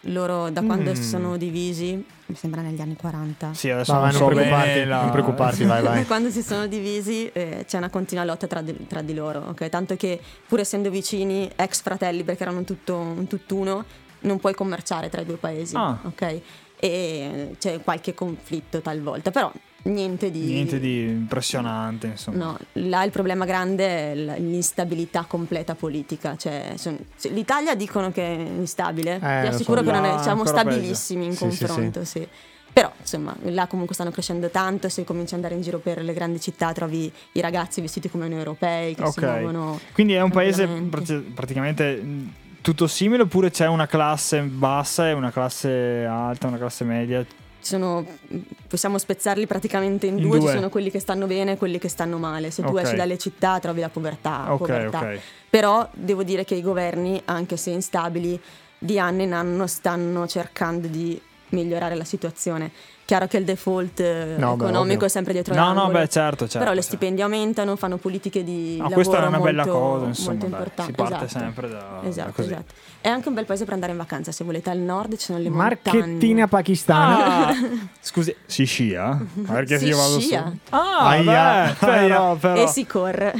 Speaker 6: loro da quando
Speaker 4: Mm.
Speaker 6: sono divisi, mi sembra negli anni 40.
Speaker 3: Sì, adesso non
Speaker 4: Vai, vai,
Speaker 3: so
Speaker 4: non preoccuparti,
Speaker 3: bene la-
Speaker 4: non preoccuparti, vai, vai.
Speaker 6: Da quando si sono divisi eh, c'è una continua lotta tra di, tra di loro, ok? tanto che pur essendo vicini, ex fratelli perché erano tutto, un tutt'uno, non puoi commerciare tra i due paesi,
Speaker 3: Ah.
Speaker 6: ok? E c'è qualche conflitto talvolta, però niente di...
Speaker 3: Niente di impressionante, insomma.
Speaker 6: No, là il problema grande è l- l'instabilità completa politica. Cioè, son- cioè, L'Italia dicono che è instabile,
Speaker 4: Eh,
Speaker 6: vi
Speaker 4: lo so.
Speaker 6: assicuro che non
Speaker 3: Ah,
Speaker 6: è, siamo
Speaker 3: ancora peggio.
Speaker 6: stabilissimi in
Speaker 4: Sì, sì, sì.
Speaker 6: confronto. sì. Però insomma, là comunque stanno crescendo tanto. Se cominci ad andare in giro per le grandi città, trovi i ragazzi vestiti come noi europei che si muovono.
Speaker 3: Ok, quindi è un paese
Speaker 6: tranquillamente.
Speaker 3: prati- praticamente mh, tutto simile oppure c'è una classe bassa e una classe alta, una classe media?
Speaker 6: Ci sono- possiamo spezzarli praticamente in
Speaker 3: In
Speaker 6: due.
Speaker 3: due.
Speaker 6: Ci sono quelli che stanno bene e quelli che stanno male. Se tu
Speaker 3: Ok.
Speaker 6: esci dalle città, trovi la povertà.
Speaker 3: Ok,
Speaker 6: povertà.
Speaker 3: ok.
Speaker 6: Però devo dire che i governi, anche se instabili, di anno in anno stanno cercando di migliorare la situazione. Chiaro che il default eh,
Speaker 4: No, beh,
Speaker 6: economico
Speaker 4: ovvio.
Speaker 6: è sempre dietro
Speaker 3: No, no,
Speaker 6: l'angolo.
Speaker 3: beh, certo, certo.
Speaker 6: Però
Speaker 3: certo.
Speaker 6: le stipendi aumentano, fanno politiche di
Speaker 3: Ah,
Speaker 6: lavoro
Speaker 3: questa è una
Speaker 6: molto,
Speaker 3: bella cosa, insomma,
Speaker 6: molto
Speaker 3: dai,
Speaker 6: importante.
Speaker 3: si parte
Speaker 6: Esatto.
Speaker 3: sempre da- da
Speaker 6: esatto,
Speaker 3: così.
Speaker 6: esatto. È anche un bel paese per andare in vacanza, se volete al nord ci sono le
Speaker 4: Marchettina
Speaker 6: montagne.
Speaker 4: pakistana.
Speaker 3: Ah, scusi.
Speaker 9: Si scia? Perché
Speaker 6: Si
Speaker 9: io vado
Speaker 6: scia.
Speaker 9: su.
Speaker 3: Ah,
Speaker 4: Aia,
Speaker 3: beh, però,
Speaker 4: aia.
Speaker 3: però.
Speaker 6: E si corre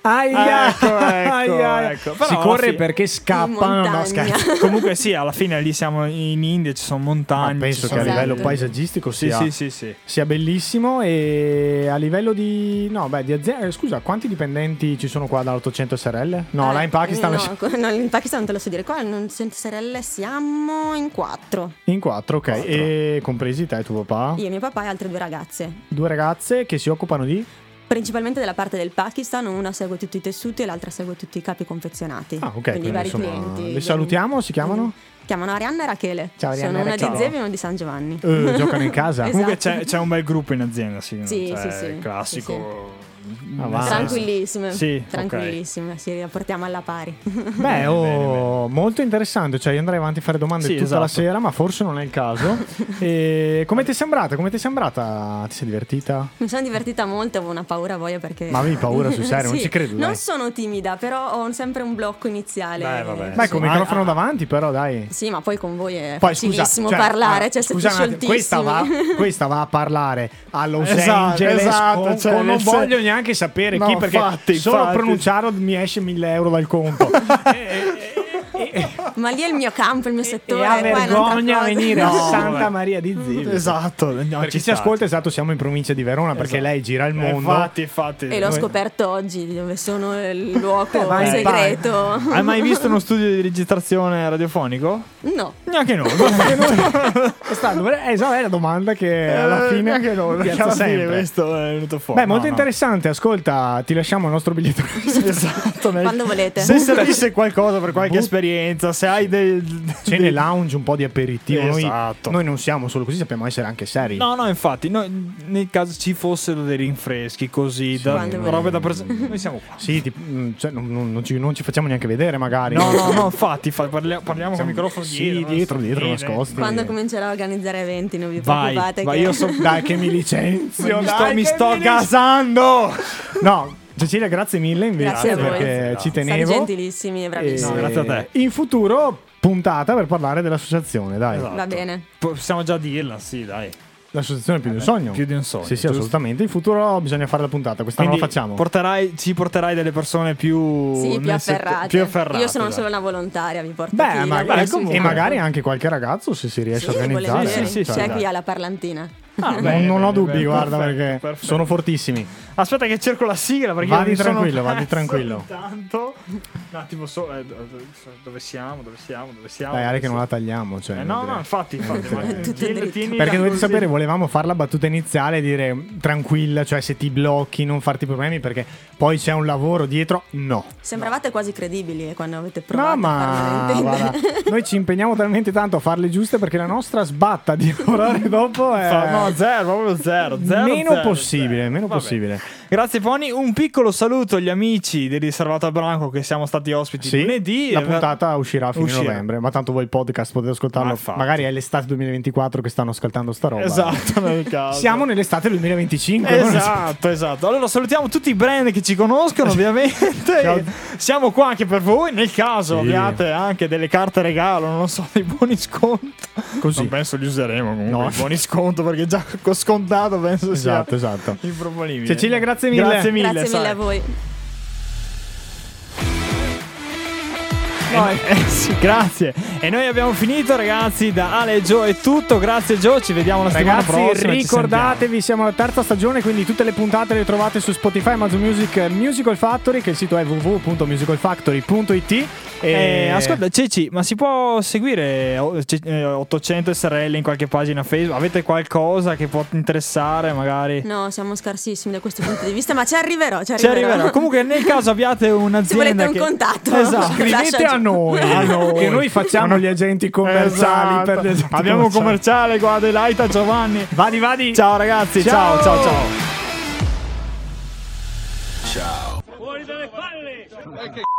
Speaker 4: Aia,
Speaker 3: Ecco, ecco,
Speaker 4: aia.
Speaker 3: ecco. Però
Speaker 4: Si
Speaker 3: alla
Speaker 4: corre
Speaker 3: fine-
Speaker 4: perché scappano.
Speaker 6: in
Speaker 4: No,
Speaker 6: montagna.
Speaker 4: scherzo.
Speaker 3: Cioè, Comunque sì, alla fine lì siamo in India, ci sono
Speaker 4: Ma
Speaker 3: montagne.
Speaker 4: penso
Speaker 3: ci
Speaker 4: che a
Speaker 3: sono-
Speaker 6: Esatto.
Speaker 4: livello paesaggistico
Speaker 3: Sì,
Speaker 4: sia,
Speaker 3: sì, sì, sì.
Speaker 4: sia bellissimo e a livello di... No, beh, di azienda... Scusa, quanti dipendenti ci sono qua da 800 SRL? No,
Speaker 6: Eh,
Speaker 4: là in Pakistan...
Speaker 6: No, co- no, in Pakistan non te lo so dire. Qua non senza sorelle siamo in quattro.
Speaker 4: In quattro, ok. E compresi te e tuo papà?
Speaker 6: Io, mio papà e altre due ragazze.
Speaker 4: Due ragazze che si occupano di...
Speaker 6: Principalmente della parte del Pakistan, una segue tutti i tessuti e l'altra segue tutti i capi confezionati.
Speaker 4: Ah, ok,
Speaker 6: Quindi
Speaker 4: quindi,
Speaker 6: i vari
Speaker 4: insomma,
Speaker 6: clienti.
Speaker 4: le
Speaker 6: degli-
Speaker 4: salutiamo, si chiamano?
Speaker 6: Mm. Chiamano Arianna e Rachele.
Speaker 4: Ciao, Arianna
Speaker 6: Sono
Speaker 4: e
Speaker 6: una
Speaker 4: Rachele.
Speaker 6: di Zevi e una di San Giovanni.
Speaker 4: Eh, giocano in casa?
Speaker 6: Esatto.
Speaker 3: Comunque c'è, c'è un bel gruppo in azienda, sì.
Speaker 6: Sì,
Speaker 3: cioè,
Speaker 6: sì, sì.
Speaker 3: Classico.
Speaker 4: Avanti.
Speaker 6: Tranquillissime.
Speaker 3: Sì, ok.
Speaker 6: tranquillissime. Ci riportiamo alla pari.
Speaker 4: Beh, oh,
Speaker 3: bene,
Speaker 4: molto interessante. Cioè, io andrei avanti a fare domande
Speaker 3: Sì,
Speaker 4: tutta
Speaker 3: esatto.
Speaker 4: la sera, ma forse non è il caso. e come ti è sembrata? Come ti è sembrata? Ti sei divertita?
Speaker 6: Mi sono divertita molto, avevo una paura voglia perché.
Speaker 4: Ma avevi paura, sul serio? Non
Speaker 6: Sì,
Speaker 4: ci credo, dai.
Speaker 6: Non sono timida, però ho sempre un blocco iniziale.
Speaker 3: Beh, vabbè.
Speaker 4: Beh, con il
Speaker 3: Ah,
Speaker 4: microfono
Speaker 3: ah.
Speaker 4: davanti, però, dai.
Speaker 6: Sì, ma poi con voi è
Speaker 4: Poi scusa,
Speaker 6: facilissimo
Speaker 4: cioè,
Speaker 6: parlare,
Speaker 4: ah,
Speaker 6: cioè siete
Speaker 4: scusa un attimo, questa va,
Speaker 6: scioltissimi.
Speaker 4: questa va a parlare a Los
Speaker 3: Esatto,
Speaker 4: Angeles.
Speaker 3: esatto,
Speaker 4: con-
Speaker 3: cioè,
Speaker 4: con- non
Speaker 3: nel sen-
Speaker 4: voglio neanche sapere
Speaker 3: No,
Speaker 4: chi perché
Speaker 3: infatti,
Speaker 4: solo
Speaker 3: infatti.
Speaker 4: pronunciarlo mi esce 1000 euro dal conto.
Speaker 6: ma lì è il mio campo, il mio
Speaker 4: e
Speaker 6: settore.
Speaker 4: ha
Speaker 6: qua è un'altra
Speaker 4: vergogna a
Speaker 6: cosa.
Speaker 4: venire a
Speaker 3: No,
Speaker 4: Santa
Speaker 3: vabbè.
Speaker 4: Maria di Zilli.
Speaker 3: Esatto. no,
Speaker 4: Per chi
Speaker 3: ci
Speaker 4: si
Speaker 3: sta.
Speaker 4: ascolta, esatto, siamo in provincia di Verona perché
Speaker 3: Esatto.
Speaker 4: lei gira il
Speaker 3: Eh,
Speaker 4: mondo.
Speaker 3: Infatti, infatti.
Speaker 6: E l'ho
Speaker 3: Noi-
Speaker 6: scoperto oggi di dove sono il luogo
Speaker 4: vai,
Speaker 6: segreto.
Speaker 3: Hai mai visto uno studio di registrazione radiofonico?
Speaker 6: No,
Speaker 3: Neanche noi.
Speaker 4: Questa dovre- eh, esatto, è la domanda che alla fine
Speaker 3: Eh, neanche noi. perché
Speaker 4: piazza
Speaker 3: alla fine
Speaker 4: sempre.
Speaker 3: questo è venuto fuori.
Speaker 4: Beh, molto
Speaker 3: No, no.
Speaker 4: interessante. Ascolta, ti lasciamo il nostro biglietto.
Speaker 3: Esatto. nel-
Speaker 6: quando volete.
Speaker 3: Se servisse qualcosa per qualche
Speaker 4: But-
Speaker 3: esperienza, se hai del.
Speaker 4: Cene lounge, un po' di aperitivo. Noi-
Speaker 3: Esatto.
Speaker 4: Noi, non siamo solo così, sappiamo essere anche seri.
Speaker 3: No, no, infatti, noi, nel caso ci fossero dei rinfreschi così, da,
Speaker 6: Quando
Speaker 3: robe da pres- Noi siamo qua.
Speaker 4: Sì, ti- mm, cioè, non, non- non ci, non ci facciamo neanche vedere, magari.
Speaker 3: No, no, no, infatti, fa- parlia- parliamo con
Speaker 4: Siamo-
Speaker 3: il microfono
Speaker 4: sì,
Speaker 3: dietro.
Speaker 4: dietro, dietro,
Speaker 3: eh,
Speaker 4: nascosti.
Speaker 6: Quando comincerò a organizzare eventi, non vi
Speaker 3: Vai,
Speaker 6: preoccupate.
Speaker 3: vai,
Speaker 6: che-
Speaker 3: io so-
Speaker 4: Dai, che mi licenzio.
Speaker 3: Mi
Speaker 4: dai,
Speaker 3: sto, mi
Speaker 4: che
Speaker 3: sto
Speaker 4: mi
Speaker 3: gasando.
Speaker 4: lic- No, Cecilia, grazie mille invece
Speaker 6: Grazie a voi.
Speaker 4: perché
Speaker 6: Grazie.
Speaker 4: ci
Speaker 6: State
Speaker 4: tenevo. Eh,
Speaker 6: gentilissimi e bravissimi.
Speaker 3: No, grazie a te.
Speaker 4: In futuro puntata per parlare dell'associazione, dai.
Speaker 3: Esatto.
Speaker 6: Va bene.
Speaker 3: Possiamo già dirla, sì, dai.
Speaker 4: L'associazione più di un sogno.
Speaker 3: Eh, più di un sogno,
Speaker 4: Sì, sì,
Speaker 3: giusto?
Speaker 4: assolutamente. In futuro bisogna fare la puntata, quest'anno
Speaker 3: Quindi
Speaker 4: la facciamo.
Speaker 3: porterai- ci porterai delle persone più,
Speaker 6: Sì, più
Speaker 3: nel set-
Speaker 6: afferrate.
Speaker 3: più afferrate,
Speaker 6: Io sono
Speaker 3: dai.
Speaker 6: solo una volontaria, vi porto
Speaker 4: Beh,
Speaker 6: chi
Speaker 4: ma-
Speaker 6: lavora
Speaker 4: eh,
Speaker 6: sul
Speaker 4: e
Speaker 6: campo.
Speaker 4: magari anche qualche ragazzo se si riesce
Speaker 6: Sì,
Speaker 4: a organizzare. certo.
Speaker 6: volentieri.
Speaker 3: Sì, sì, sì,
Speaker 6: C'è
Speaker 3: dai.
Speaker 6: qui alla parlantina.
Speaker 3: Ah,
Speaker 4: Non,
Speaker 3: bene,
Speaker 4: non ho
Speaker 3: bene,
Speaker 4: dubbi,
Speaker 3: bene,
Speaker 4: guarda,
Speaker 3: perfetto,
Speaker 4: perché
Speaker 3: perfetto.
Speaker 4: sono fortissimi.
Speaker 3: Aspetta che cerco la sigla perché
Speaker 4: Vadi
Speaker 3: mi sono
Speaker 4: tranquillo, vadi
Speaker 3: perso
Speaker 4: tranquillo.
Speaker 3: Intanto un attimo so eh, dove siamo, dove siamo, dove siamo.
Speaker 4: Dai, Ale
Speaker 3: dove
Speaker 4: che non la
Speaker 3: siamo.
Speaker 4: tagliamo. Cioè,
Speaker 3: Ah, Eh, no,
Speaker 4: dire.
Speaker 3: no, infatti, infatti, ma-
Speaker 6: Tutto
Speaker 3: tieni-
Speaker 6: dritto.
Speaker 3: tieni
Speaker 4: Perché
Speaker 3: la
Speaker 4: dovete
Speaker 3: così.
Speaker 4: sapere, volevamo fare la battuta iniziale e dire tranquilla, cioè se ti blocchi, non farti problemi, perché poi c'è un lavoro dietro. No.
Speaker 6: Sembravate quasi credibili quando avete provato
Speaker 4: No,
Speaker 6: a farmelo
Speaker 4: ma
Speaker 6: intendere.
Speaker 4: guarda, noi ci impegniamo talmente tanto a farle giuste perché la nostra sbatta di orari dopo è
Speaker 3: Eh. Fa- No, zero, proprio zero, zero
Speaker 4: meno
Speaker 3: zero,
Speaker 4: possibile,
Speaker 3: zero.
Speaker 4: meno
Speaker 3: Vabbè.
Speaker 4: possibile.
Speaker 3: Grazie Pony, un piccolo saluto agli amici di Riservato a Branco che siamo stati ospiti
Speaker 4: Sì,
Speaker 3: lunedì.
Speaker 4: la puntata uscirà a fine
Speaker 3: Uscirà.
Speaker 4: novembre, ma tanto voi il podcast potete
Speaker 3: Ma
Speaker 4: ascoltarlo.
Speaker 3: infatti.
Speaker 4: Magari è l'estate 2024 che stanno ascoltando sta roba.
Speaker 3: Esatto, nel caso.
Speaker 4: Siamo nell'estate 2025. non lo so.
Speaker 3: Esatto, esatto. Allora salutiamo tutti i brand che ci conoscono, ovviamente.
Speaker 4: Ciao.
Speaker 3: Siamo qua anche per voi. Nel caso
Speaker 4: Sì.
Speaker 3: abbiate anche delle carte regalo, non so, dei buoni sconto.
Speaker 4: Così.
Speaker 3: Non penso li useremo comunque.
Speaker 4: No.
Speaker 3: I buoni sconto perché già con scontato penso
Speaker 4: Esatto,
Speaker 3: sia
Speaker 4: esatto.
Speaker 3: improponibile.
Speaker 4: Cecilia, grazie mille.
Speaker 3: Grazie mille.
Speaker 6: Grazie mille
Speaker 3: sai.
Speaker 6: a voi.
Speaker 3: No, eh, sì, grazie. E noi abbiamo finito, ragazzi. Da Ale e Joe è tutto. Grazie, Joe. Ci vediamo la settimana
Speaker 4: Ragazzi,
Speaker 3: prossima. ci
Speaker 4: ricordatevi, siamo alla terza stagione, quindi tutte le puntate le trovate su Spotify, Amazon Music, eh, Musical Factory, che il sito è www.musicalfactory.it. E
Speaker 3: Eh, ascolta, Ceci, ma si può seguire o- ce- eh, 800 SRL in qualche pagina Facebook? Avete qualcosa che può interessare, magari?
Speaker 6: No, siamo scarsissimi da questo punto di vista, ma ci arriverò, ci
Speaker 3: Ci
Speaker 6: arriverò.
Speaker 3: arriverà. Comunque, nel caso abbiate
Speaker 6: Se
Speaker 3: un'azienda.
Speaker 6: volete un
Speaker 3: che-
Speaker 6: contatto,
Speaker 3: Esatto.
Speaker 4: scrivete
Speaker 6: lascia-
Speaker 4: a noi,
Speaker 3: A noi.
Speaker 4: che noi facciamo gli agenti commerciali.
Speaker 3: Esatto.
Speaker 4: Per gli agenti
Speaker 3: Abbiamo un commerciale
Speaker 4: commerciali.
Speaker 3: qua, Adelaita Giovanni.
Speaker 4: Vadi, vadi.
Speaker 3: Ciao, ragazzi. Ciao, ciao, ciao.
Speaker 2: Fuori dalle palle!